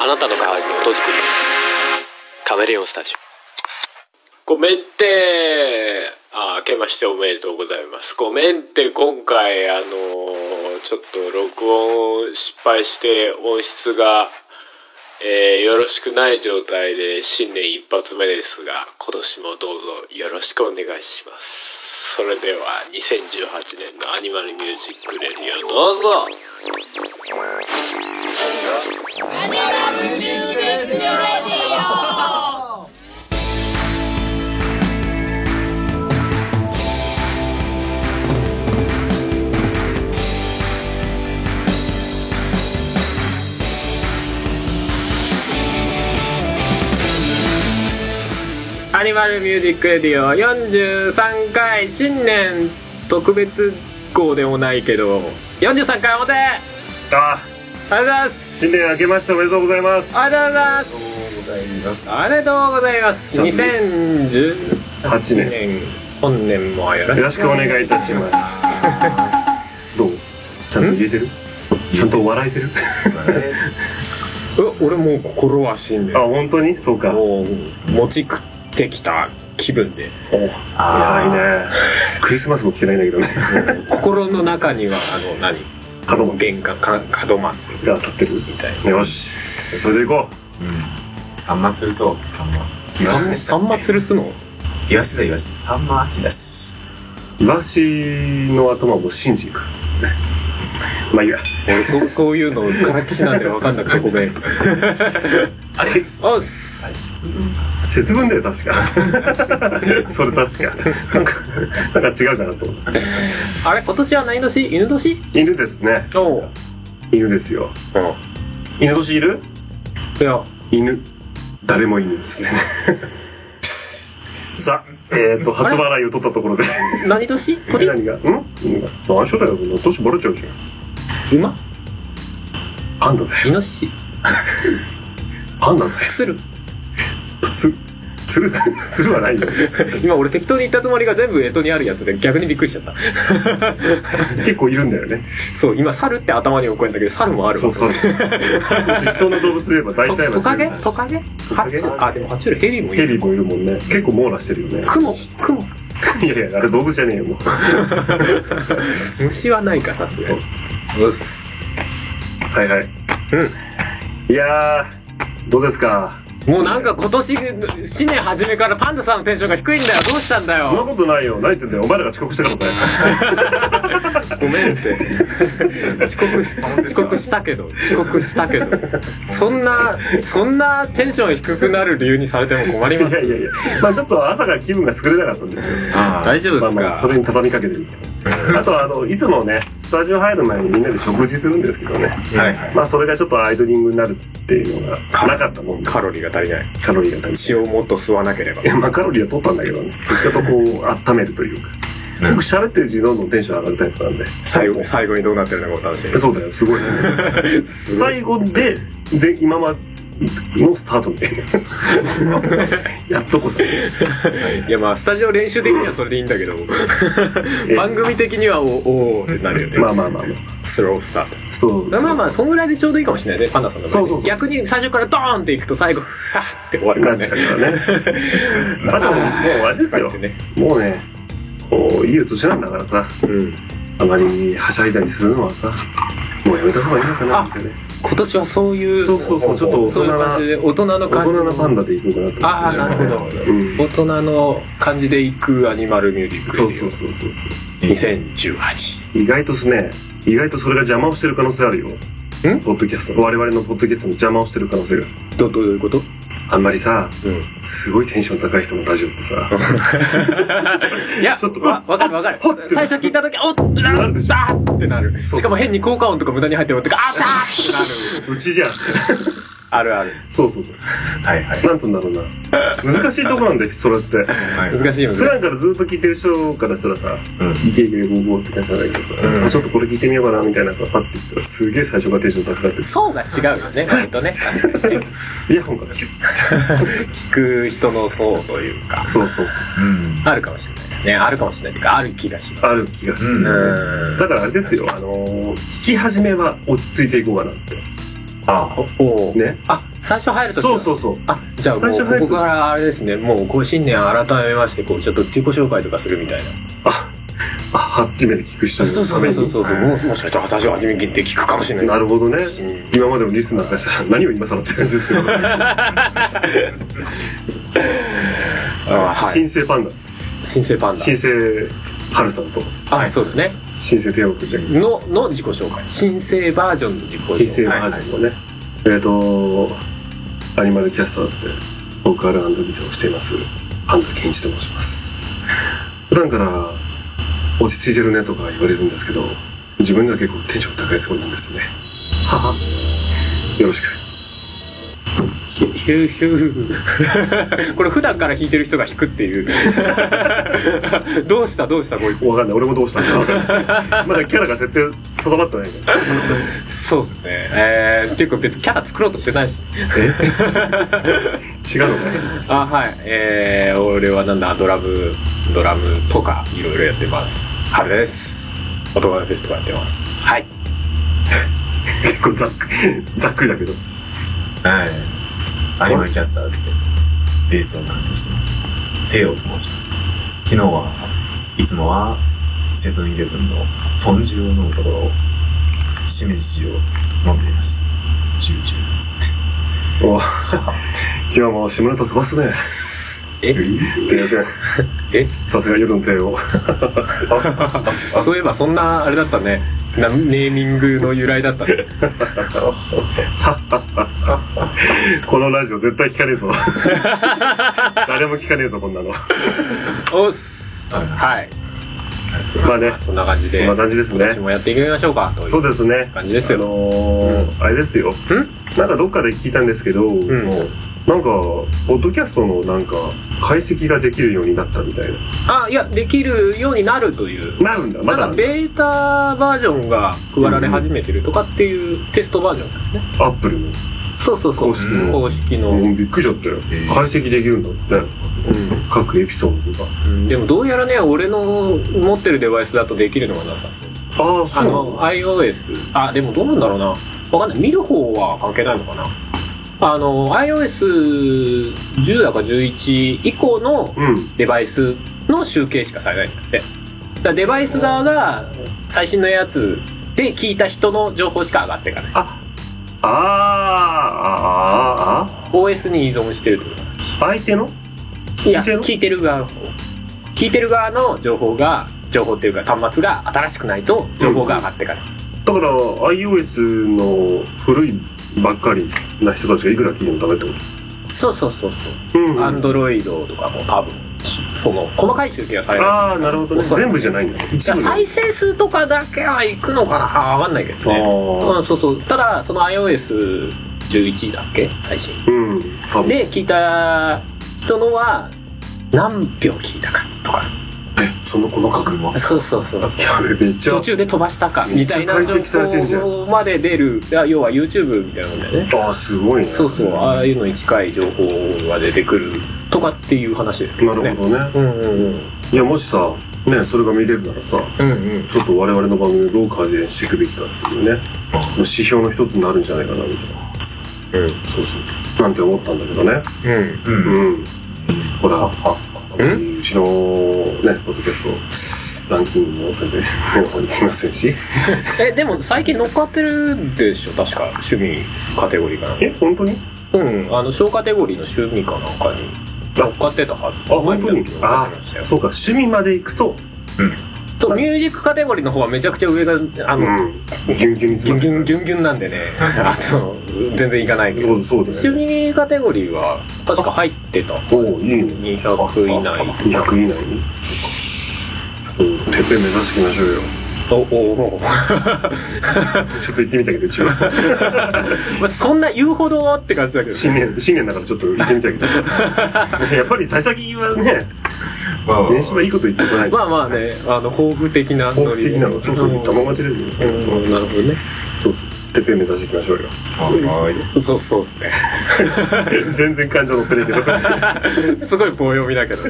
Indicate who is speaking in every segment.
Speaker 1: あなたの代わりに音作りカメレオンスタジオごめんてあ明けましておめでとうございますごめんて今回あのーちょっと録音失敗して音質が、えーよろしくない状態で新年一発目ですが今年もどうぞよろしくお願いしますそれでは2018年のアニマルミュージックレディオどうぞ
Speaker 2: アニマルミュージックレディオ43回新年特別号でもないけど43回表あり
Speaker 3: あ
Speaker 2: がとうございます
Speaker 3: 新年明けましておめでとうございます
Speaker 2: ありがとうございますありがとうございます2018
Speaker 3: 8
Speaker 2: 年本年もよろしく
Speaker 3: よろしくお願いいたしますどうちゃんと言えてるちゃんと笑えてる
Speaker 2: うわ俺もう心は新年
Speaker 3: あ本当にそうか
Speaker 2: も
Speaker 3: お
Speaker 2: う餅食ってきた気分で
Speaker 3: やばいねクリスマスも来てないんだけどね
Speaker 2: 心の中にはあの何
Speaker 3: 角も
Speaker 2: 玄関か門松
Speaker 3: が立ってるみ
Speaker 2: たい
Speaker 3: たいよしそれでいこ
Speaker 4: サンマ釣るそうサンマイワシでした
Speaker 2: さんま吊るすの
Speaker 4: イワシだイワシサンマ秋だし
Speaker 3: うイワシの頭も信じいくまあいいや
Speaker 2: 俺そうそういうのからきしなんで分かんなくてごめん
Speaker 3: あれ
Speaker 2: おっす
Speaker 3: 節分だよ確 かそれ確かなんかなんか違うかなと思った
Speaker 2: あれ今年は何年犬年
Speaker 3: 犬ですね
Speaker 2: おう
Speaker 3: 犬ですよ犬年いる
Speaker 2: いや
Speaker 3: 犬誰も犬ですね さあえっ、と初笑いを取ったところで
Speaker 2: 何年鳥
Speaker 3: 何がん犬が何しだよそんな年バレちゃうじゃん
Speaker 2: 馬
Speaker 3: パンダだよ
Speaker 2: イノシシ
Speaker 3: パンダだよ
Speaker 2: 鶴
Speaker 3: つつ るつるはないよ
Speaker 2: 今俺適当に言ったつもりが全部干支にあるやつで逆にびっくりしちゃった
Speaker 3: 結構いるんだよね
Speaker 2: そう今猿って頭に置くんだけど猿もある
Speaker 3: そうそう適当な動物で言えば大
Speaker 2: ト
Speaker 3: 体は
Speaker 2: トカゲ
Speaker 3: 自由だし
Speaker 2: トカゲ
Speaker 3: カ
Speaker 2: ハ
Speaker 3: ゲ
Speaker 2: チあでも爬虫類ヘビもい
Speaker 3: ヘ
Speaker 2: る
Speaker 3: ビもいるもんね結構網羅してるよね
Speaker 2: クモクモ
Speaker 3: いやいやあれ動物じゃねえよもう
Speaker 2: 虫はないかさすがにうっす
Speaker 3: はいはいうんいやーどうですか
Speaker 2: もうなんか今年新年初めからパンダさんのテンションが低いんだよどうしたんだ
Speaker 3: そんな
Speaker 2: よ
Speaker 3: ことないよ何言ってんだよお前らが遅刻したからだよ
Speaker 2: ごめんって遅刻し遅刻したけど遅刻したけどそんなそんなテンション低くなる理由にされても困りま
Speaker 3: いや
Speaker 2: す
Speaker 3: いやいや、まあちょっと朝が気分が優れなかったんですよ。
Speaker 2: 大丈夫で
Speaker 3: まあ
Speaker 2: すか、
Speaker 3: まあ、それに畳みかけてみたいな。あとあの、いつもね、スタジオ入る前にみんなで食事するんですけどね。
Speaker 2: はい
Speaker 3: まあそれがちょっとアイドリングになるっていうのがなかったもんで、
Speaker 2: カロリーが足りない
Speaker 3: カロリーが足
Speaker 2: 血
Speaker 3: り
Speaker 2: をもっと吸わなければ
Speaker 3: ない。いや、まあカロリーは取ったんだけどね。どっちかとこう、温めるというか。僕喋ってるうちにどんどんテンション上がるタイプなんで。
Speaker 2: 最後最後にどうなってるのかお楽しみに
Speaker 3: そうだよ、すごい、ね。 最後で、ぜ今までのスタートみたい な。やっとこさ。
Speaker 2: いやまあスタジオ練習的にはそれでいいんだけ ど 番組的にはおおーってなるよね、
Speaker 3: まあまあまあまあ。
Speaker 2: スロースター
Speaker 3: そう。
Speaker 2: トまあまあそんぐらいでちょうどいいかもしれないねパンダさんの場合
Speaker 3: そうそうそう
Speaker 2: 逆に最初からドーンっていくと最後ファーって終わるから
Speaker 3: なっち
Speaker 2: ね
Speaker 3: ゃうか らね。あともう、もうあれですよ。
Speaker 2: こうやって
Speaker 3: もうね、こう、いい年なんだからさ、
Speaker 2: うん
Speaker 3: あまりはしゃいだりするのはさ、もうやめた方がいいのかなってね。
Speaker 2: 今年はそういう
Speaker 3: そうそうそうちょっと大人な
Speaker 2: そういう感じで大人の
Speaker 3: 大
Speaker 2: 感じ
Speaker 3: 人なパンダでいくのかな
Speaker 2: ああなるほど、大人の感じでいくアニマルミュージック
Speaker 3: と。そうそうそうそうそう。
Speaker 2: 2018
Speaker 3: 意外とすね、意外とそれが邪魔をしてる可能性あるよ。ポッドキャスト。我々のポッドキャストの邪魔をしてる可能性がある。
Speaker 2: どどういうこと
Speaker 3: あんまりさ、
Speaker 2: ん
Speaker 3: すごいテンション高い人のラジオって さ、
Speaker 2: いや
Speaker 3: ちょっと
Speaker 2: わわかるわかる
Speaker 3: ほってなる
Speaker 2: 最初聞いた時おっってな
Speaker 3: なるでしょ
Speaker 2: あーってなるしかも変に効果音とか無駄に入ってもらってあーたーってなる
Speaker 3: うちじゃん。
Speaker 2: あるある
Speaker 3: そうそうそう。
Speaker 4: はいはい
Speaker 3: なんつうんだろうな。難しいとこなんだよ、それって。
Speaker 2: 難しい難しい
Speaker 3: 普段からずっと聞いてる人からしたらさ、イケイケボーボーって感じなんだけどさ、あちょっとこれ聞いてみようかなみたいなさ、パッて言ったらすげえ最初からテンション高くなって、
Speaker 2: 層が違うよね割とね 確かにね
Speaker 3: イヤホンからキュッ
Speaker 2: 聞く人の層というか
Speaker 3: そうそうそう。
Speaker 2: あるかもしれないですねあるかもしれないっていうかある気がします
Speaker 3: ある気がする、
Speaker 2: うん
Speaker 3: だからあれですよ、あのー、聞き始めは落ち着いていこうかなって。
Speaker 4: ああ。
Speaker 2: おう
Speaker 3: ね。
Speaker 2: あ、最初入るとき
Speaker 3: そうそうそう。
Speaker 2: あ、じゃあもう、
Speaker 3: 最初入る
Speaker 2: ここからあれですね、もう、ご新年改めまして、こう、ちょっと自己紹介とかするみたいな。
Speaker 3: あ、初めて聞く人
Speaker 2: そう
Speaker 3: のた
Speaker 2: そう
Speaker 3: めに。
Speaker 2: そうそうそう。もうもしかしたら私初めてって聞くかもしれない。
Speaker 3: なるほどね
Speaker 2: うん。
Speaker 3: 今までのリスナーからしたら何を今更って感じですけど。
Speaker 2: あはい
Speaker 3: 新生パンダ、
Speaker 2: 新生パン
Speaker 3: 新生春さんと
Speaker 2: ダ。あ、そうだね。
Speaker 3: 新生天国ちゃん。
Speaker 2: の、の自己紹介。新生バージョンの自己紹介。
Speaker 3: 新生バージョンのね。えっと、アニマルキャスターズで僕あるアンドビデオをしています。パンダケンイチと申します。普段から落ち着いてるねとか言われるんですけど、自分では結構テンション高いつもりなんですよね。はは。よろしく。
Speaker 2: ヒュヒュヒュ これ普段から弾いてる人が弾くっていう。 どうしたどうしたこいつ。
Speaker 3: わかんない。俺もどうしたんかわかん ない。まだキャラが設定定まってないから。
Speaker 2: そうですね。えー、っていうか別にキャラ作ろうとしてないし。
Speaker 3: 違うのね。
Speaker 2: あ、はい。えー、俺はなんだ、ドラム、ドラムとか、いろいろやってます。春です。音楽フェスとかやってます。はい。
Speaker 3: 結構ざっくざっくりだけど。
Speaker 4: はい。アニマルキャスターズで、ベースを担当してます。テオと申します。昨日は、いつもは、セブンイレブンの豚汁を飲むところを、しめじ汁を飲んでいました。ジュージューっつって。
Speaker 3: お今日も下ネタ飛ばすね。
Speaker 2: え
Speaker 3: てよくん
Speaker 2: え
Speaker 3: さすが夜の帝王。
Speaker 2: そういえばそんな、あれだったね。なネーミングの由来だったね。
Speaker 3: このラジオ絶対聞かねえぞ。 誰も聞かねえぞ、こんなの。
Speaker 2: おっす。はい。
Speaker 3: まあね、
Speaker 2: そんな感じで、
Speaker 3: そんな感じですね
Speaker 2: 今年もやっていきましょうか。とい
Speaker 3: そううですね。
Speaker 2: 感じです
Speaker 3: あ
Speaker 2: よ。
Speaker 3: のーあれですよ。なんかどっかで聞いたんですけど、
Speaker 2: ん
Speaker 3: なんか、ポッドキャストのなんか、解析ができるようになったみたい
Speaker 2: あ、いや、できるようになるという。
Speaker 3: な。なるんだ、まだ
Speaker 2: なんかベータバージョンが配られ始めてるとかっていうテストバージョンなんですね。
Speaker 3: アップルの。
Speaker 2: そうそうそう。
Speaker 3: 公式の
Speaker 2: 公式の。
Speaker 3: もうびっくりしちゃったよ。
Speaker 4: えー
Speaker 3: 解析できるんだって。各エピソードとか。
Speaker 2: うんでもどうやらね、俺の持ってるデバイスだとできるのがなさそう。
Speaker 3: ああ、
Speaker 2: あ
Speaker 3: そうなん
Speaker 2: の、iOS。あ、でもどうなんだろうな。わかんない。見る方は関係ないのかな。あの、iOS10 だか11以降の
Speaker 3: だ。うん。
Speaker 2: デバイスの集計しかされないんだって。だからデバイス側が最新のやつで聞いた人の情報しか上がっていかない。
Speaker 3: あーあー、あーあ
Speaker 2: OS に依存してるってことだし
Speaker 3: ー、相手の
Speaker 2: いや
Speaker 3: 聞いてる
Speaker 2: 聞いてる側の方聞いてる側の情報が情報っていうか端末が新しくないと情報が上がってから、
Speaker 3: だから iOS の古いばっかりな人たちがいくら聞いてもダメってこ
Speaker 2: そうそうそうそう
Speaker 3: とうん
Speaker 2: ア
Speaker 3: あ
Speaker 2: ンドロイドとかも多分その細かい集計はされない
Speaker 3: あー、なるほどね。全部じゃないんだ。一部の。
Speaker 2: 再生数とかだけはいくのかな分かんないけどね
Speaker 3: あ
Speaker 2: うん、そうそうただその iOS11 だっけ最新
Speaker 3: ーうん。多分。
Speaker 2: で聞いた人のは何票聞いたかとか
Speaker 3: その細かく。
Speaker 4: も。
Speaker 2: そうそうそうそう
Speaker 3: やべ、めっちゃ
Speaker 2: 途。中で飛ばしたかみたいな情報まで出るいや要は YouTube みたいなもんだよね
Speaker 3: ああ、すごいね。
Speaker 2: そうそうああいうのに近い情報が出てくるとかっていう話ですけ
Speaker 3: な
Speaker 2: どね
Speaker 3: るほどね。
Speaker 2: うんうんうん
Speaker 3: いや、もしさ、ね、それが見れるならさ、
Speaker 2: うんうん
Speaker 3: ちょっと我々の番組をどう改善していくべきかっていうね、指標の一つになるんじゃないかな、みたいな。
Speaker 2: うん
Speaker 3: そうそうそう。なんて思ったんだけどね。
Speaker 2: うん
Speaker 4: うん。
Speaker 3: うん。ほら、うちのね、ポッドキャスト、ランキングも全然方にきませんし。
Speaker 2: えでも最近乗っかってるでしょ確か趣味カテゴリーかな
Speaker 3: え、本当に
Speaker 2: うんあの小カテゴリーの趣味かなんかに乗っかってたはず
Speaker 3: あ、本当に
Speaker 2: 乗っか
Speaker 3: あ
Speaker 2: ってましたよ
Speaker 3: あ、そうか、趣味まで行くと、
Speaker 2: そうミュージックカテゴリーの方はめちゃくちゃ上があ
Speaker 3: う
Speaker 2: の、
Speaker 3: ん、ギュンギュンに
Speaker 2: ギュ
Speaker 3: 詰
Speaker 2: ン
Speaker 3: ま
Speaker 2: ギュン
Speaker 3: る。
Speaker 2: ギュンギュンなん でねあと全然いかないけど
Speaker 3: そうそうだ
Speaker 2: 趣
Speaker 3: よね。
Speaker 2: 味カテゴリーは確か入ってた
Speaker 3: おおいいね。
Speaker 2: 200以内
Speaker 3: 200以内に。ちょっと、てっぺん目指していきましょうよ。
Speaker 2: お おお
Speaker 3: ちょっと行ってみたけど、 一応。
Speaker 2: まあそんな言うほどはって感じだけど
Speaker 3: 新年、新年だからちょっと行ってみたけ ど。やっぱり、幸先はね、
Speaker 4: まあまあ
Speaker 3: 年始はいいこと言ってこないと。
Speaker 2: まあまあねあの抱負的な
Speaker 3: 豊富的なの、そうそう、
Speaker 2: なる
Speaker 3: 玉待ちですよ。
Speaker 2: ほどね
Speaker 3: そうそう。てっぺん目指していきま しょうよ。
Speaker 4: はい。
Speaker 2: そうそうです ね
Speaker 3: 全然感情乗ってないけど。
Speaker 2: すごい棒読みだけど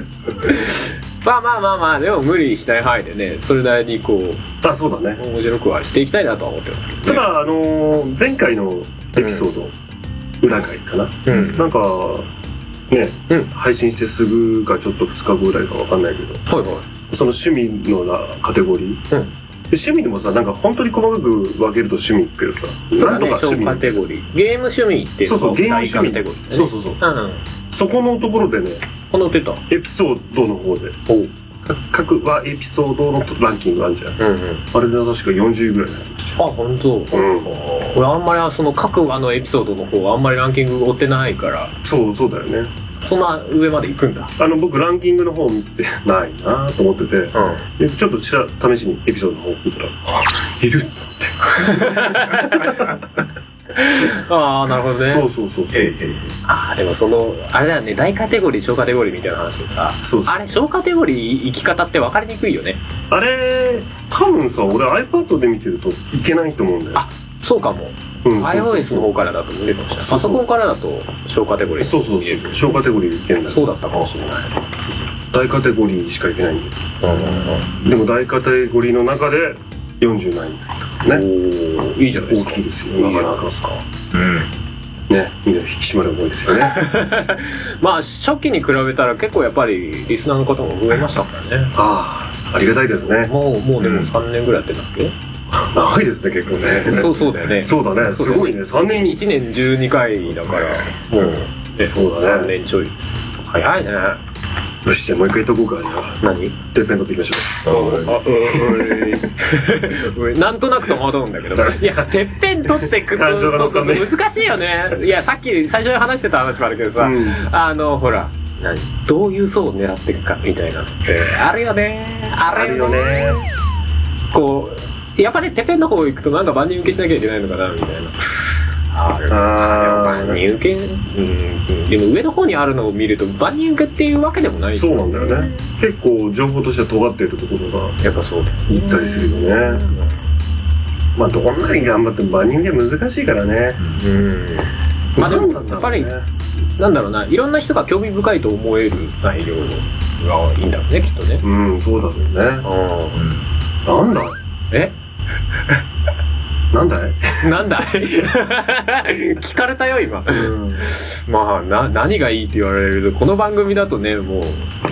Speaker 2: まあまあまあまあでも無理しない範囲でねそれなりにこう
Speaker 3: あ、そうだね。
Speaker 2: 面白くはしていきたいなとは思ってますけど、ね、
Speaker 3: ただ、あのー前回のエピソード、裏回かな。
Speaker 2: うん
Speaker 3: なんか、ね、
Speaker 2: うん
Speaker 3: 配信してすぐかちょっと2日後ぐらいかわかんないけど、
Speaker 2: はいは
Speaker 3: その趣味のなカテゴリー、
Speaker 2: うん
Speaker 3: で趣味でもさ、なんか本当に細かく分けると趣味いくけどさ、
Speaker 2: い
Speaker 3: なんとか趣
Speaker 2: 小
Speaker 3: 味
Speaker 2: カ。テゴリーゲーム趣味っていう
Speaker 3: そうそう、ゲーム
Speaker 2: 大
Speaker 3: 趣
Speaker 2: カ
Speaker 3: 味
Speaker 2: テゴリー、ね、
Speaker 3: そうそうそう。
Speaker 2: うん
Speaker 3: そこのところでね、
Speaker 2: この手と
Speaker 3: エピソードの方で、か各はエピソードのランキングあるじゃん。
Speaker 2: うんうん
Speaker 3: あれで確か40位ぐらいになりましたよ。
Speaker 2: あ本当、
Speaker 3: ん
Speaker 2: 俺あんまりその各話のエピソードの方はあんまりランキング追ってないから
Speaker 3: そう、そうだよね。
Speaker 2: そんな上まで行くんだ
Speaker 3: あの、僕ランキングの方見て ないなと思ってて、
Speaker 2: うん
Speaker 3: でちょっとちら試しにエピソードの方見たら、いると思って。
Speaker 2: ああなるほどね
Speaker 3: そうそうそうそう。
Speaker 4: えええ
Speaker 2: ああでもそのあれだよね大カテゴリー小カテゴリーみたいな話でさ
Speaker 3: そうそう
Speaker 2: あれ小カテゴリー生き方って分かりにくいよね
Speaker 3: あれ、多分さ、俺 iPad で見てるといけないと思うんだよ。
Speaker 2: あそうかも
Speaker 3: うん、
Speaker 2: iOS の
Speaker 3: 方
Speaker 2: 方からだと無理かもしれない
Speaker 3: そ
Speaker 2: パ
Speaker 3: うそ
Speaker 2: ソ
Speaker 3: う
Speaker 2: コンからだと小カテゴリー
Speaker 3: そうそう
Speaker 2: 見
Speaker 3: そ
Speaker 2: え
Speaker 3: う
Speaker 2: るけ
Speaker 3: そう。
Speaker 2: ど
Speaker 3: 小カテゴリーいけんだ
Speaker 2: そうだったかもしれない
Speaker 3: 大カテゴリーしかいけないんだよ。でも大カテゴリーの中で40何位だったからね。
Speaker 2: おおいいじゃないですか
Speaker 3: 大きいですよ
Speaker 2: いいじゃない
Speaker 3: なかなか
Speaker 2: ですか
Speaker 3: ね、身の引き締まる思いですよね。
Speaker 2: まあ初期に比べたら結構やっぱりリスナーの方も増えましたからね
Speaker 3: ああ、ありがたいですね。
Speaker 2: もうもうでも3年ぐらいやってんだっけ、
Speaker 3: 長いですね、結構ね。
Speaker 2: そううそうだよね
Speaker 3: そうだね。すごいね。3年に。
Speaker 2: 1年12回だからもう、ね、
Speaker 3: そうだね
Speaker 2: 3年ちょいですよ早いね
Speaker 3: よし、じゃあもう一回言っとこうか。じゃあ、
Speaker 2: 何
Speaker 3: てっぺん取っていきましょ
Speaker 2: あ、うん、 なんとなく戸惑うんだけど。いや、てっぺん取ってく
Speaker 3: 感
Speaker 2: と、
Speaker 3: 情
Speaker 2: そ
Speaker 3: が
Speaker 2: う
Speaker 3: 乗
Speaker 2: そ
Speaker 3: ったね
Speaker 2: うそう難しいよね。いや、さっき最初に話してた話もあるけどさ、
Speaker 3: うん
Speaker 2: あの、ほら、何どういう層を狙っていくかみたいなのって、あるよね。あ
Speaker 3: う。あ
Speaker 2: れ
Speaker 3: るよ
Speaker 2: よね。
Speaker 3: ね。
Speaker 2: こう、やっぱりてっぺんの方行くとなんか万人受けしなきゃいけないのかな、みたいな。ある
Speaker 3: あ
Speaker 2: 万人受け、うん、でも上の方にあるのを見ると万人受けっていうわけでもな
Speaker 3: あ。
Speaker 2: い。
Speaker 3: そうなんだよね。結構情報としては尖っているところが
Speaker 2: やっぱそうだよ
Speaker 3: 行ったりするよね。まあ、どんなに頑張っても万人受け難しいからね。
Speaker 2: うん。まあで
Speaker 3: どう
Speaker 2: も、
Speaker 3: なん
Speaker 2: や
Speaker 3: だ
Speaker 2: っ
Speaker 3: ろ
Speaker 2: ぱ
Speaker 3: う
Speaker 2: り
Speaker 3: ね、
Speaker 2: なんだろうな、いろんな人が興味深いと思える内容がいいんだろうね、きっとね。
Speaker 3: うん、そうだろうね。
Speaker 2: うん。
Speaker 3: なんだい
Speaker 2: え
Speaker 3: なんだい
Speaker 2: なんだい聞かれたよ、今。まあ、な、何がいいって言われると、この番組だとね、もう、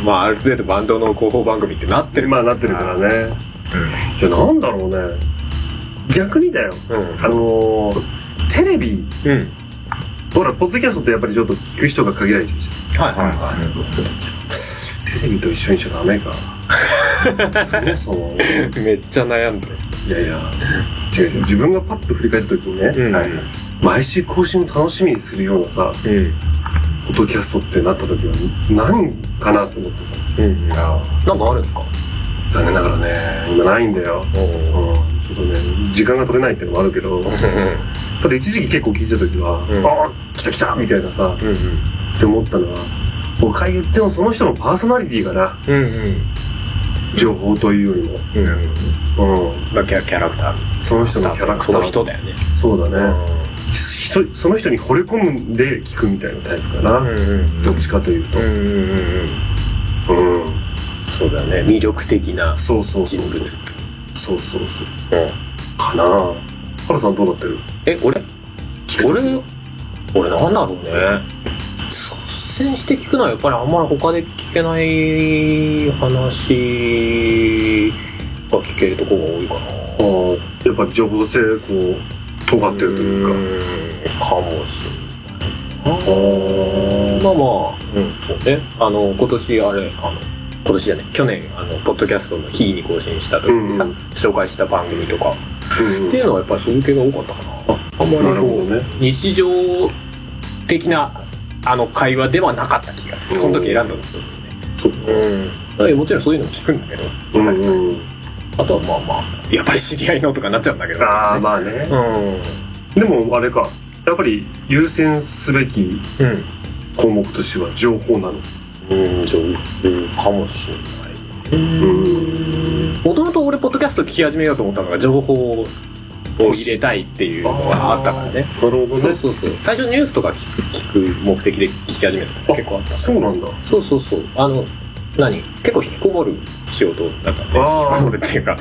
Speaker 2: まあ、ある程度バンドの広報番組って なってる。
Speaker 3: まあなってるからね。じゃあなんだろうね。逆にだよ。
Speaker 2: う
Speaker 3: あのーテレビ、
Speaker 2: ん。うん。
Speaker 3: ほら、ポッドキャストってやっぱりちょっと聞く人が限られちゃうじ
Speaker 2: はいはいは
Speaker 3: ゃん。テレビと一緒にしちゃダメか。 そもそも。
Speaker 2: い。 めっちゃ悩んで。
Speaker 3: いやいや、違う違う。自分がパッと振り返った時にね、
Speaker 2: うん
Speaker 3: はい毎週更新を楽しみにするようなさ、
Speaker 2: うん。
Speaker 3: ポッドキャストってなった時は何かなと思ってさ。
Speaker 2: うん。なんか
Speaker 4: あ
Speaker 2: あるんですか
Speaker 3: 残念ながらね、今ないんだよ。
Speaker 2: お
Speaker 3: うん、ちょっとね、時間が取れないってのもある けど、
Speaker 2: うん
Speaker 3: ただ一時期結構聞いてた時は、
Speaker 2: うん
Speaker 3: ああ、来た来たみたいなさ、
Speaker 2: うん。
Speaker 3: って思ったのは、誤解言ってもその人のパーソナリティがな、
Speaker 2: うんうん。
Speaker 3: 情報というよ
Speaker 2: うんうん。
Speaker 3: りも、うん、
Speaker 2: まあ、キャキャラクター。
Speaker 3: その人のキャラク
Speaker 2: そ
Speaker 3: ター。
Speaker 2: の人だよね。
Speaker 3: そうだね。
Speaker 2: う
Speaker 3: 人その人に惚れ込んで聞くみたいなタイプかな。
Speaker 2: んうん。
Speaker 3: どっちかというと。
Speaker 2: うんうんうんうん。
Speaker 3: うん。
Speaker 2: そうだね魅力的な
Speaker 3: そうそうそ
Speaker 2: 人
Speaker 3: う。
Speaker 2: 物
Speaker 3: そうそうそう。かなハルさんどうなってる
Speaker 2: え俺
Speaker 3: 聞く
Speaker 2: 俺俺なんだろうね率先して聞くのはやっぱりあんまり他で聞けない話が聞けるとこが多いかな
Speaker 3: ああ、やっぱ情報として、こう、尖ってるというか。
Speaker 2: うかもし
Speaker 3: あー
Speaker 2: まあまあ、うん、そうね。あの、今年、あれ、あの、今年じゃない、去年、あの、ポッドキャストの日に更新した時にさ、
Speaker 3: うんうん
Speaker 2: 紹介した番組とか、
Speaker 3: うん
Speaker 2: っていうのはやっぱりそういう系が多かったかな。
Speaker 3: あ、あんまり
Speaker 2: なる
Speaker 3: こ
Speaker 2: ほ
Speaker 3: うね。
Speaker 2: 日常的なあの会話ではなかった気がするその時選んだの
Speaker 3: そっか。
Speaker 2: うんもちろんそういうのも聞くんだけど
Speaker 3: うんうん。
Speaker 2: あとはまあまあやっぱり知り合いのとかなっちゃうんだけど
Speaker 3: ああ、まあね。
Speaker 2: うん
Speaker 3: でもあれか、やっぱり優先すべき
Speaker 2: うん
Speaker 3: 項目としては情報なの。
Speaker 2: うん上手かもしれない
Speaker 3: うん。
Speaker 2: もともと俺ポッドキャスト聞き始めようと思ったのが情報を入れたいっていうのがあったからね
Speaker 3: なるほど
Speaker 2: そう
Speaker 3: ね。
Speaker 2: そうそう最初ニュースとか聞く聞く目的で聞き始めたのが結構あった
Speaker 3: そうなんだ。
Speaker 2: そうそうそうあの何結構引きこもる仕事だったんで、引
Speaker 3: あー
Speaker 2: きこもるっていうか、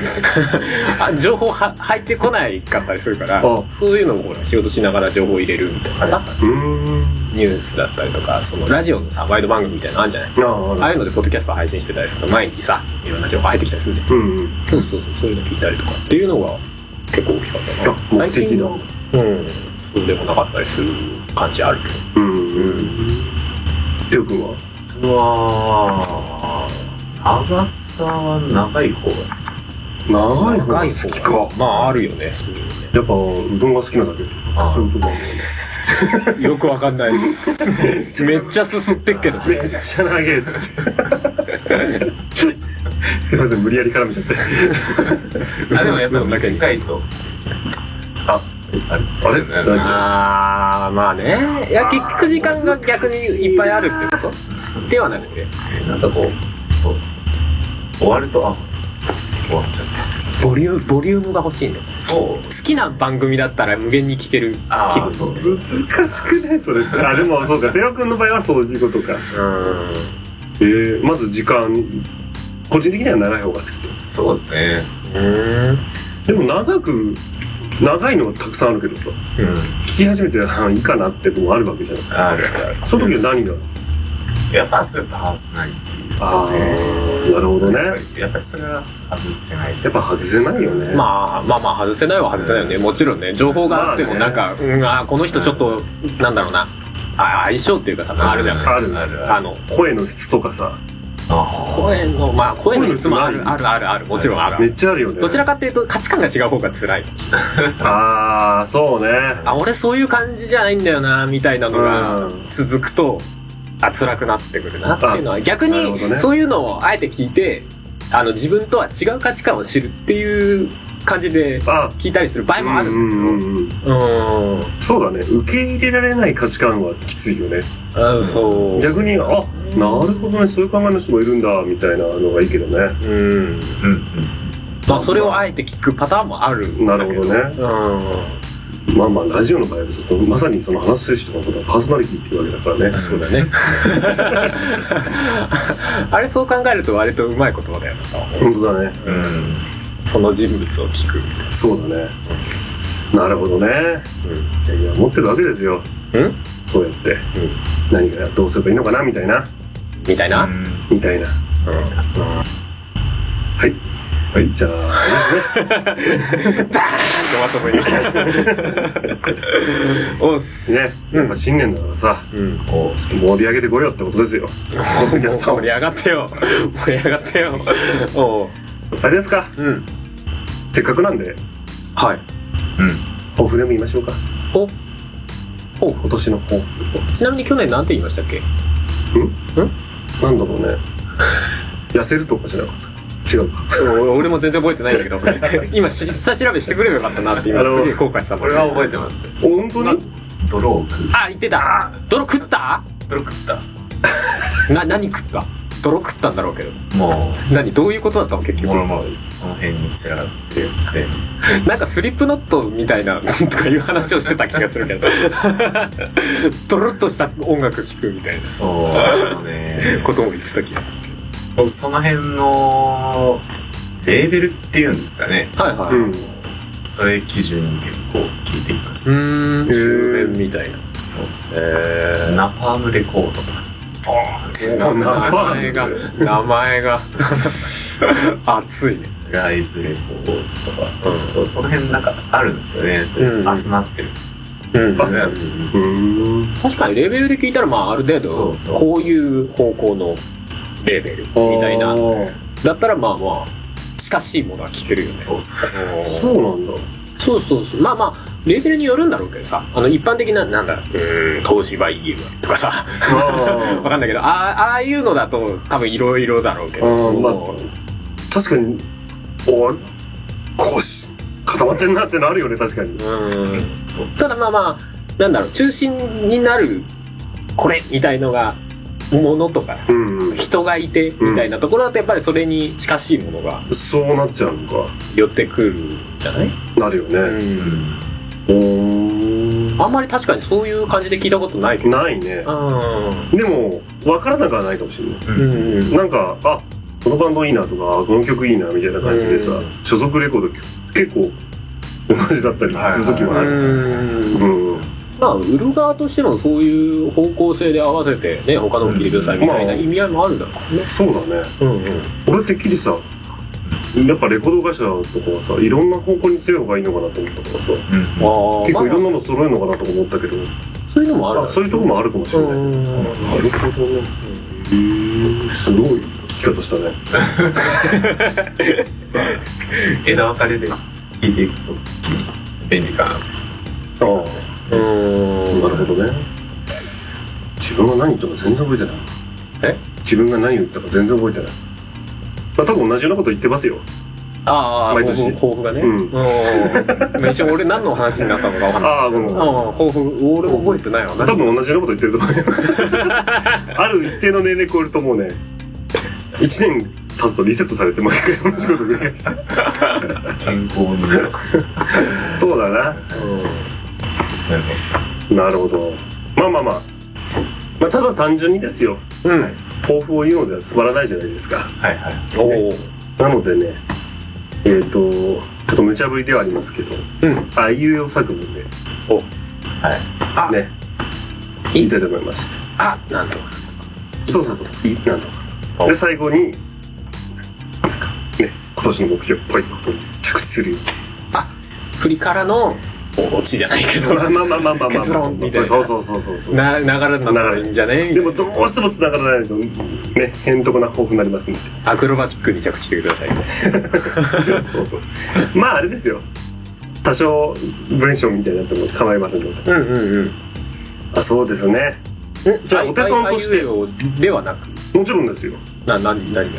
Speaker 2: あ情報は入ってこないかったりするから
Speaker 3: あ、
Speaker 2: そういうのもほら、仕事しながら情報入れるみたいなさ、
Speaker 3: うーん。
Speaker 2: ニュースだったりとか、そのラジオのさ、ワイド番組みたいなのあるじゃない
Speaker 3: ああ、ある
Speaker 2: ああいうので、ポッドキャスト配信してたりすると、毎日さ、いろんな情報入ってきたりするじゃん。
Speaker 3: うんうん。
Speaker 2: そうそうそう、そういうの聞いたりとかっていうのが結構大きかったな。
Speaker 3: あ目的だ
Speaker 2: 最近はうん。そうでもなかったりする感じあるけど。
Speaker 3: うんうん。りょうくんは
Speaker 4: うわー長さは長い方が好きです
Speaker 3: 長い方
Speaker 2: 若
Speaker 3: が
Speaker 2: い
Speaker 3: 好
Speaker 2: 方
Speaker 3: き
Speaker 2: が
Speaker 3: か。
Speaker 2: まああるよねそういうのね
Speaker 3: やっぱ、うどんが好きなだけ
Speaker 4: あー
Speaker 3: そういうことだ
Speaker 2: よくわかんないめっちゃすすってっけど
Speaker 3: めっちゃ長えっつって。 すいません、無理やり絡めちゃって。
Speaker 4: あでもやっぱ
Speaker 2: うん
Speaker 4: 短いとああれ
Speaker 3: あれ
Speaker 4: なん か
Speaker 2: あーまあねいや結局時間が逆にいっぱいあるってことではなくて
Speaker 4: なんかこうそう終わるとあ終わっちゃった
Speaker 2: ボリュームボリュームが欲しいんだよ
Speaker 4: そう
Speaker 2: 好きな番組だったら無限に聴ける
Speaker 4: あ
Speaker 2: 気
Speaker 4: あ
Speaker 2: 分
Speaker 4: そうそう
Speaker 3: 難しくないそれって。あ、でもそうか。てらくんの場合はそういうことか。
Speaker 2: うん
Speaker 3: えー、まず時間、個人的には長い方が好きです。
Speaker 4: そうですね
Speaker 2: うん
Speaker 3: でも長く、長いのはたくさんあるけどさ、
Speaker 4: うん
Speaker 3: 聞き始めて、あいいかなってもうあるわけじゃない。
Speaker 4: あるある
Speaker 3: その時は何が
Speaker 4: やっぱそういうパーソナリティですよね
Speaker 3: ーなるほどね。
Speaker 4: や
Speaker 3: やっ
Speaker 4: っぱりやっぱりそれは外せないです
Speaker 3: ぱ外せないよね。
Speaker 2: まあまあまあ外せないは外せないよねもちろんね情報があってもなんか、うんあーこの人ちょっと、なんだろうなあー相性っていうかさあるじゃない
Speaker 3: ある
Speaker 4: ある
Speaker 2: あの
Speaker 3: 声の質とかさ、
Speaker 4: あ
Speaker 2: 声のまあ声の質もあ
Speaker 3: 声
Speaker 2: る
Speaker 3: の
Speaker 2: あるあるあるもちろんあ
Speaker 3: め
Speaker 2: る
Speaker 3: っちゃあるよね。
Speaker 2: どちらかっていうと価値観が違う方が辛い
Speaker 3: ああ、そうね。
Speaker 2: あ俺そういう感じじゃないんだよなみたいなのが
Speaker 3: うん
Speaker 2: 続くとあ辛くなってくるなっていうのは逆
Speaker 3: なるほ
Speaker 2: に
Speaker 3: どね
Speaker 2: そういうのをあえて聞いてあの自分とは違う価値観を知るっていう感じで
Speaker 3: あ
Speaker 2: 聞いたりする場合もある
Speaker 3: う
Speaker 2: うん
Speaker 3: うん
Speaker 2: ん
Speaker 3: うんうん。そうだね。受け入れられない価値観はきついよね。
Speaker 2: あそう
Speaker 3: 逆に、あ、なるほどね、そういう考えの人もいるんだ、みたいなのがいいけどね。
Speaker 2: うん
Speaker 4: うんうん
Speaker 2: まあそれをあえて聞くパターンもあるん
Speaker 3: な
Speaker 2: だ
Speaker 3: る
Speaker 2: け
Speaker 3: ほどね。
Speaker 2: うん
Speaker 3: まあまあ、ラジオの場合はずっと、まさにその話する人のことはパーソナリティっていうわけだからね。
Speaker 2: そうだね。 あれそう考えると割とうまい言葉だよなとは思
Speaker 3: 本当だね。
Speaker 4: うん
Speaker 2: う。その人物を聞くみたい
Speaker 3: そうだね。なるほどね。いや、持ってるわけですよ。
Speaker 2: な。ん
Speaker 3: そうやって。何がどうすればいいのかな、みたいな。
Speaker 2: みたいな。
Speaker 3: みたいな。はい。はい、じゃあ、
Speaker 2: 終わったぞ、今。おっす。
Speaker 3: ね、やっぱ新年だからさ、
Speaker 2: うん。
Speaker 3: こう、ちょっと盛り上げてこいよってことで すよ。ポッドキャスト
Speaker 2: 盛。り上がってよ。盛り上がってよ。おう。
Speaker 3: あれですか
Speaker 2: うん。
Speaker 3: せっかくなんで、
Speaker 2: はい。
Speaker 4: うん
Speaker 3: 抱負でも言いましょうか。
Speaker 2: お、
Speaker 3: 今年の抱負。
Speaker 2: ちなみに去年なんて言いましたっけ
Speaker 3: なんだろうね。痩せるとかじゃなかった。違うか。
Speaker 2: お俺も全然覚えてないんだけど、 今、し下調べしてくればよかったなって今
Speaker 3: あの
Speaker 2: すげえ後悔したもん
Speaker 4: 俺は覚えてます
Speaker 3: お本当に
Speaker 4: 泥を食う
Speaker 2: あ、言ってた。泥食った
Speaker 4: 泥食った
Speaker 2: な、何食った泥食ったんだろうけど。
Speaker 4: も
Speaker 2: 何どういうことだったの結
Speaker 4: う
Speaker 2: 局
Speaker 4: も。ろもろですその辺に散らかってるやつ全部
Speaker 2: なんかスリップノットみたいな、 とかいう話をしてた気がするけど。 ドロッとした音楽聴くみたいな
Speaker 4: そうあのね
Speaker 2: ことも言ってた気がする
Speaker 4: 僕その辺のレーベルっていうんですかね
Speaker 2: けど。はいはい。
Speaker 3: う。
Speaker 2: うん
Speaker 4: それ基準に結構聞いてきました、
Speaker 2: ーん。
Speaker 3: へー
Speaker 2: みたいな。
Speaker 4: そうそうそう、
Speaker 2: え
Speaker 4: ナパームレコードとかポーンって
Speaker 3: ー
Speaker 2: 名前が、名前 が。熱いね。
Speaker 4: ライズレコードとか、
Speaker 2: うん
Speaker 4: そうその辺なんかあるんですよねそれ
Speaker 2: うん
Speaker 4: 集まってる、
Speaker 2: うん
Speaker 4: あれ
Speaker 3: うん。
Speaker 2: 確かにレベルで聞いたら、まあある程
Speaker 4: そ
Speaker 2: 度
Speaker 4: う、そう
Speaker 2: こういう方向のレベルみたいな
Speaker 3: あ。ー
Speaker 2: だったら、まあまあ、近しいものは聞けるよね。
Speaker 4: そうそ
Speaker 3: そ
Speaker 4: う
Speaker 3: うなんだ。
Speaker 2: そうそうそう。まあまあ、レベルによるんだろうけどさ、あの、一般的な、なんだ、うーん、東芝 EM とかさ、 わ
Speaker 3: あ
Speaker 2: かんないけど、ああ、ああいうのだと多分いろいろだろうけど、
Speaker 3: うんまあ
Speaker 2: もう
Speaker 3: ー 確かに、おい腰、固まってんなってのあるよね、確かに。
Speaker 2: うん。
Speaker 4: そう
Speaker 2: ただまあまあ、なんだろう、中心になる、これみたいのが、ものとかさ
Speaker 3: う、ん。
Speaker 2: 人がいて、みたいなところだとやっぱりそれに近しいものが
Speaker 3: そうなっちゃうのか。
Speaker 2: 寄ってくるんじゃない
Speaker 3: なるよ
Speaker 2: ん。
Speaker 3: ね。おー
Speaker 2: あんまり確かにそういう感じで聞いたことないけど。
Speaker 3: ないね。
Speaker 2: あ
Speaker 3: でも、わからなくはないかもしれない。
Speaker 2: ーうんうん。
Speaker 3: なんか、あ、このバンドいいなとか、あこの曲いいなみたいな感じでさ
Speaker 2: う、
Speaker 3: 所属レコード結構同じだったりする時はあ
Speaker 2: う
Speaker 3: る。
Speaker 2: ん
Speaker 3: うん。
Speaker 2: まあ、売る側としてもそういう方向性で合わせてね、他のも聞いてくださいみたいな意味合いもあるだろ
Speaker 3: そうだね。
Speaker 2: う。うんうん。
Speaker 3: 俺てっきりさ、やっぱレコード会社とかはさ、いろんな方向に強い方がいいのかなと思ったからさ、
Speaker 4: うん
Speaker 2: ああ、
Speaker 3: 結構いろん
Speaker 2: ま
Speaker 3: なの揃えるのかなとか思ったけど、
Speaker 2: あそういうのもあるだろ
Speaker 3: あそういうとこもあるかもしれない。なる
Speaker 2: うんうんうん
Speaker 3: ほどね。へーすごい聞き方したね。
Speaker 4: 枝分かれで聞いていくときに便利かなと
Speaker 3: ああ。
Speaker 2: うん
Speaker 3: なるほどね。自分が何言ったか全然覚えてない。
Speaker 2: え
Speaker 3: 自分が何言ったか全然覚えてない。まあ多分同じようなこと言ってますよ。
Speaker 2: ああ、
Speaker 3: 毎
Speaker 2: 抱
Speaker 3: 年
Speaker 2: 負抱負がね。
Speaker 3: うん
Speaker 2: うん。一応俺何の話になったのかわかんない。
Speaker 3: ああ、ごめんごめん。
Speaker 2: うん、抱負、俺覚えてないわ。
Speaker 3: 多分同じようなこと言ってると思うよ。 ある一定の年齢超えるともうね、1年経つとリセットされて毎回同じこと繰り返して。
Speaker 4: 健康になるか
Speaker 3: そうだな。なるほど。まあまあまあ。まあただ単純にですよ。
Speaker 2: うん。
Speaker 3: 抱負を言うのではつまらないじゃないですか。
Speaker 4: はいはい
Speaker 2: おお。
Speaker 3: なのでね、えっ、と、ちょっと無茶ぶりではありますけど、あいうえお作文で、
Speaker 4: はい
Speaker 3: ね、言いたいと思いまして。
Speaker 2: あ、なんと。
Speaker 3: そうそうそう、いい、なんとか。で、最後に、なんか、ね、今年の目標っぽいことに着地するよ
Speaker 2: 振りからの、落ちじゃないけど
Speaker 3: う。まあまあまあまあまあまあ。
Speaker 2: 結論みたいな
Speaker 3: そうそうそうそうそう。
Speaker 2: な、流れになったらいいんじゃね
Speaker 3: でもどうしても繋がらないと、ね、変とこな抱負になります んで。
Speaker 2: アクロバティックに着地してくださいね。
Speaker 3: そうそう。まああれですよ。多少文章みたいになっても構いませんので。
Speaker 2: うんうん
Speaker 3: あ、そうですね。
Speaker 2: うん。
Speaker 3: じゃあお手本として
Speaker 2: あいうえおではなく、
Speaker 3: もちろんですよ。
Speaker 2: な、な、何があるん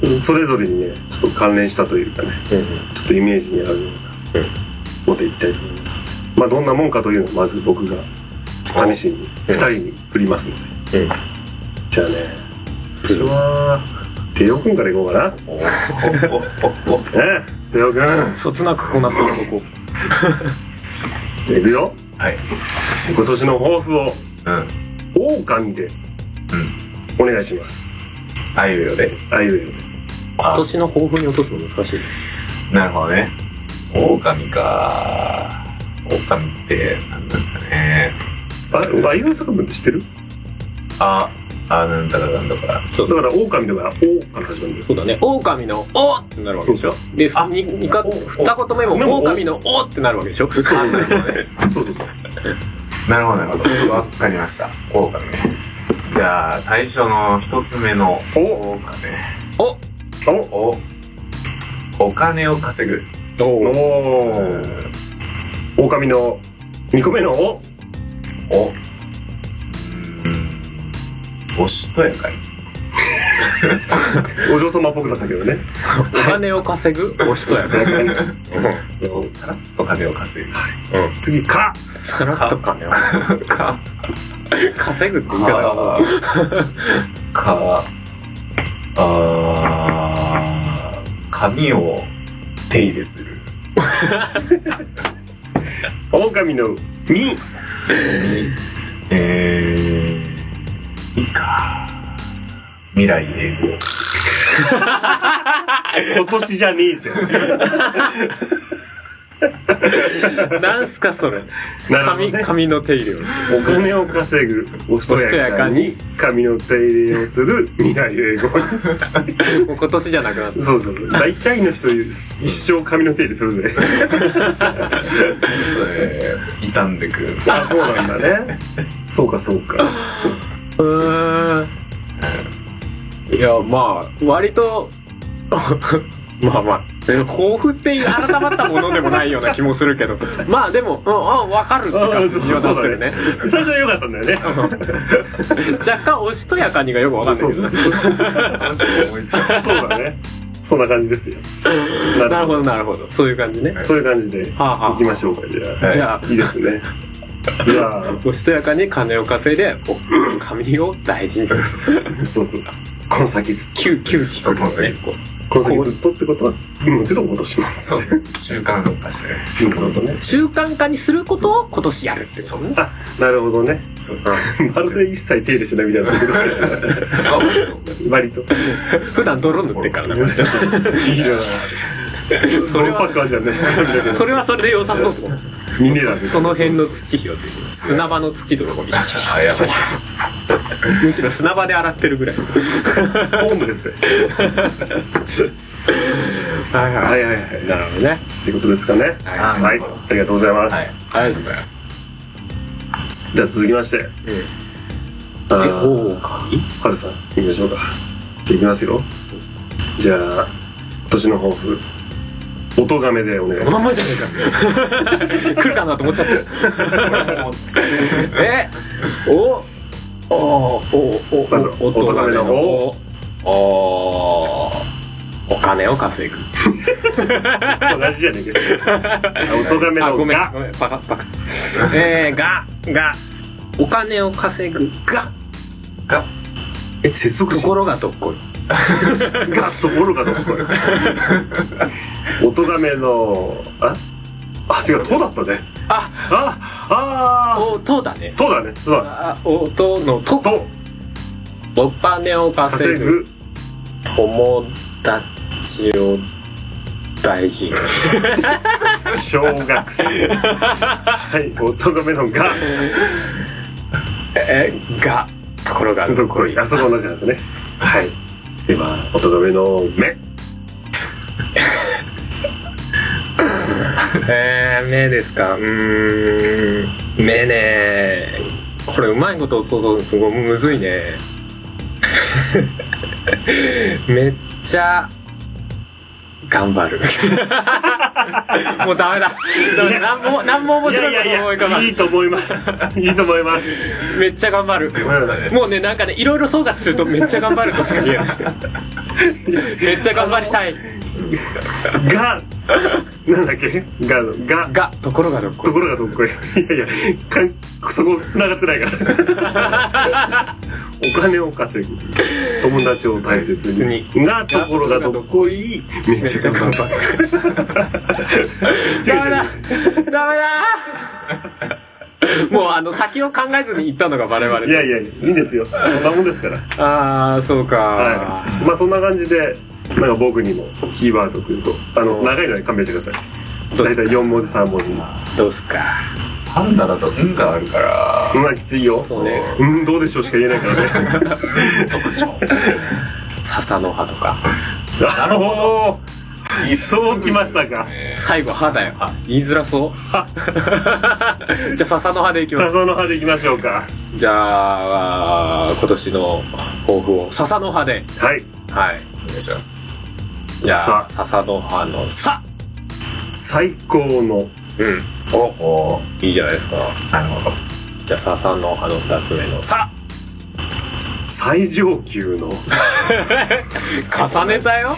Speaker 2: ですか
Speaker 3: それぞれにね、ちょっと関連したというかね、
Speaker 2: うんうん。
Speaker 3: ちょっとイメージに合うようなこと言いたいと思います。まあ、どんなもんかというのをまず僕が試しに二人に振りますので。
Speaker 2: うん
Speaker 3: じゃあね、それは、テオくんからいこうかな。
Speaker 4: おおおおお
Speaker 3: ねえ、テオくん、
Speaker 2: そつなくこなすここ。
Speaker 3: いくよ。
Speaker 4: はい
Speaker 3: 今年の抱負を、
Speaker 4: うん
Speaker 3: 狼で、お願いします。
Speaker 4: あいうよで
Speaker 3: あいうえおで。
Speaker 2: 今年の抱負に落とすの難しい。
Speaker 4: なるほどね狼か狼って何なんですかね
Speaker 3: あ、あいうえお作文って知ってる
Speaker 4: ああなんだかなんだか
Speaker 2: そ
Speaker 3: だか。ら、狼では、おから始まるんだよ。
Speaker 2: そうだね。狼の、おってなるわけでしょ。で、
Speaker 4: あ
Speaker 2: ににか、
Speaker 4: お
Speaker 2: 二言目
Speaker 3: でも
Speaker 2: も、
Speaker 3: お
Speaker 2: 狼の、おってなるわけ でしょ。
Speaker 3: そうそうそう。
Speaker 4: なるほどなるほどわかりました狼ねじゃあ最初の一つ目の
Speaker 3: お
Speaker 4: 狼ね
Speaker 2: お
Speaker 4: おお金を稼ぐ
Speaker 2: お
Speaker 3: おお狼の2個目のお
Speaker 4: おうーんおしとやかに
Speaker 3: お嬢様っぽくなったけどね。
Speaker 2: 金を稼ぐ、おしと やか。
Speaker 4: そうさらっと金を稼ぐ
Speaker 3: 次、か
Speaker 2: さらっと金を稼
Speaker 4: か
Speaker 2: ぐ。稼ぐって言い方が。
Speaker 4: かかあー髪を手入れする
Speaker 3: 狼のみ
Speaker 4: えー、いいか未来英語
Speaker 3: 今年じゃねえじゃん。
Speaker 2: なんすか、それ。
Speaker 3: なるほど
Speaker 2: 髪、
Speaker 3: ね。
Speaker 2: 髪の手入れを。
Speaker 3: お金を稼ぐ、おしとやかに、髪の手入れをする、未来英語。
Speaker 2: もう今年じゃなくなっ
Speaker 3: そうそう。大体の人、一生髪の手入れするぜ。
Speaker 4: えー傷んでくる
Speaker 3: あ、そうなんだね。そうか、そうか。
Speaker 2: た。うーん。いや、まあ、割と、まあまあ、 抱負っていう改まったものでもないような気もするけど。まあでも、うん、うん、わかるって感じにはなってるね。
Speaker 3: 最初は良かったんだよね。
Speaker 2: 若干おしとやかにがよくわかんない
Speaker 3: そう
Speaker 2: けど
Speaker 3: そう
Speaker 2: ね
Speaker 3: そう。
Speaker 4: マジで思いつかない
Speaker 3: そうだね。そんな感じですよ。
Speaker 2: なるほどなるほどそういう感じね、
Speaker 3: そういう感じで、
Speaker 2: はあはあ
Speaker 3: 行きましょうか、じゃあ。
Speaker 4: はい
Speaker 2: じゃあ
Speaker 3: いいですね。じゃあ、
Speaker 2: おしとやかに金を稼いでお髪を大事にする
Speaker 3: そうそうそう。この先ずっ
Speaker 2: キュキュキ
Speaker 4: そうそうそう
Speaker 2: ねこう
Speaker 3: この先ずっとってことは、もちろん戻します。
Speaker 4: そうですね。習慣化して。
Speaker 3: なるほどね。
Speaker 2: 習慣化にすることを今年やるってことね
Speaker 4: そ
Speaker 3: あ、
Speaker 4: う
Speaker 3: なるほどね。
Speaker 4: そう。
Speaker 3: まるで一切手入れしないみたいな。割と。
Speaker 2: 普段泥塗ってっからな
Speaker 3: そうじゃない。それパッカーじゃね。
Speaker 2: それはそれで良さそう
Speaker 3: ミネラル。
Speaker 2: その辺の土拾って砂場の土とかゴミ
Speaker 4: あ、やばい。
Speaker 2: むしろ砂場で洗ってるぐらい
Speaker 3: ホームレスで。
Speaker 2: はいはい
Speaker 3: はいはいはい。
Speaker 2: なるほどね
Speaker 3: ということですかね。
Speaker 4: はい
Speaker 3: はい。ありがとうございま
Speaker 4: はい。
Speaker 3: す。
Speaker 2: ありがとうございます
Speaker 3: じゃあ続きまして。
Speaker 2: え
Speaker 3: あー
Speaker 2: 大狼
Speaker 3: はるさん、行きましょうか。じゃあ行きますよ。じゃあ、今年の抱負。音がめでお願いし
Speaker 2: お
Speaker 3: ます。
Speaker 2: まんまじゃねえか来るかなと思っちゃったよえおおおお
Speaker 3: まず
Speaker 2: おお
Speaker 3: 音がめの方
Speaker 2: おおお金を稼ぐ
Speaker 3: 同じじゃねえけど。音がめ
Speaker 2: あご
Speaker 3: の
Speaker 2: めん
Speaker 3: が
Speaker 2: ご。めんパカパカえー、ががお金を稼ぐが
Speaker 4: が、
Speaker 3: え、接続
Speaker 2: と
Speaker 3: 詞
Speaker 2: ころがどっこい
Speaker 3: がところがどっこい。音がめの、ああ、違う、とだったね。
Speaker 2: あ
Speaker 3: あ、あ
Speaker 2: おとだね
Speaker 3: ー、とだね、そうだ。
Speaker 2: あおとのと
Speaker 3: と、
Speaker 2: お金を稼
Speaker 3: 稼
Speaker 2: ぐ
Speaker 3: ぐ、
Speaker 2: 友達を大事に
Speaker 3: 小 学生。はい、音がめのが、
Speaker 2: えがところが
Speaker 3: ど
Speaker 2: ど
Speaker 3: っ
Speaker 2: っ
Speaker 3: こ
Speaker 2: こ
Speaker 3: い。
Speaker 2: い
Speaker 3: あそこ同じなんですね。はい。では、音がめの目。
Speaker 2: えー、目ですかうーん目ねこれうまいことを想像すごいむずいね めっちゃ頑張る もうダメ だダメだ何も何も面
Speaker 3: いやい
Speaker 2: 白いこと
Speaker 3: や
Speaker 2: 思い浮か
Speaker 3: い
Speaker 2: ば
Speaker 3: や、
Speaker 2: ないい
Speaker 3: いと思います。いいと思います。
Speaker 2: めっちゃ頑張る
Speaker 4: ましたね。
Speaker 2: もうねなんかねいろいろ総括するとめっちゃ頑張るとしか言えないめっちゃ頑張りたい
Speaker 3: が、なんだっけがの、が、
Speaker 2: がところがどっこと
Speaker 3: ころがどっこい。いやいや、かんそこ繋がってないから。お金を稼ぐ。友達を大切に。がところがどっこい。めっ
Speaker 2: めっ
Speaker 3: ちゃ
Speaker 2: ちゃ
Speaker 3: 頑
Speaker 2: 頑
Speaker 3: 張
Speaker 2: 張る
Speaker 3: る。違う
Speaker 2: ダメだダメだもうあの先を考えずに行ったのが我々
Speaker 3: いやいや、いいんですよ。そんなもんですから。
Speaker 2: ああそうか、
Speaker 3: はい。まあそんな感じで、なんか僕にもキーワードくると。あの、長いので勘弁してください。
Speaker 2: どう
Speaker 3: だい
Speaker 2: す
Speaker 3: たい4文字3文字。
Speaker 2: どうすか
Speaker 4: パンダだと、うんがあるから、
Speaker 3: うん、きついよ。
Speaker 2: そうね
Speaker 3: うん、どうでしょうしか言えないか らね。
Speaker 2: 笹の葉とか
Speaker 3: なるほど。そうきましたか。
Speaker 2: 最後歯だよ言いづらそうじゃあ笹の葉でいきます
Speaker 3: 笹の葉でいきましょうか。
Speaker 2: じゃあ今年の抱負を笹の葉で
Speaker 3: はい。
Speaker 2: はい
Speaker 4: お願いします。
Speaker 2: じゃあ
Speaker 3: さ
Speaker 2: 笹の葉の「さ
Speaker 3: 最高の」
Speaker 2: うん
Speaker 4: おー
Speaker 2: いいじゃないですか
Speaker 4: なるほど。
Speaker 2: じゃあ笹の葉の2つ目の「さ
Speaker 3: 最上級の」
Speaker 2: 重ねた よ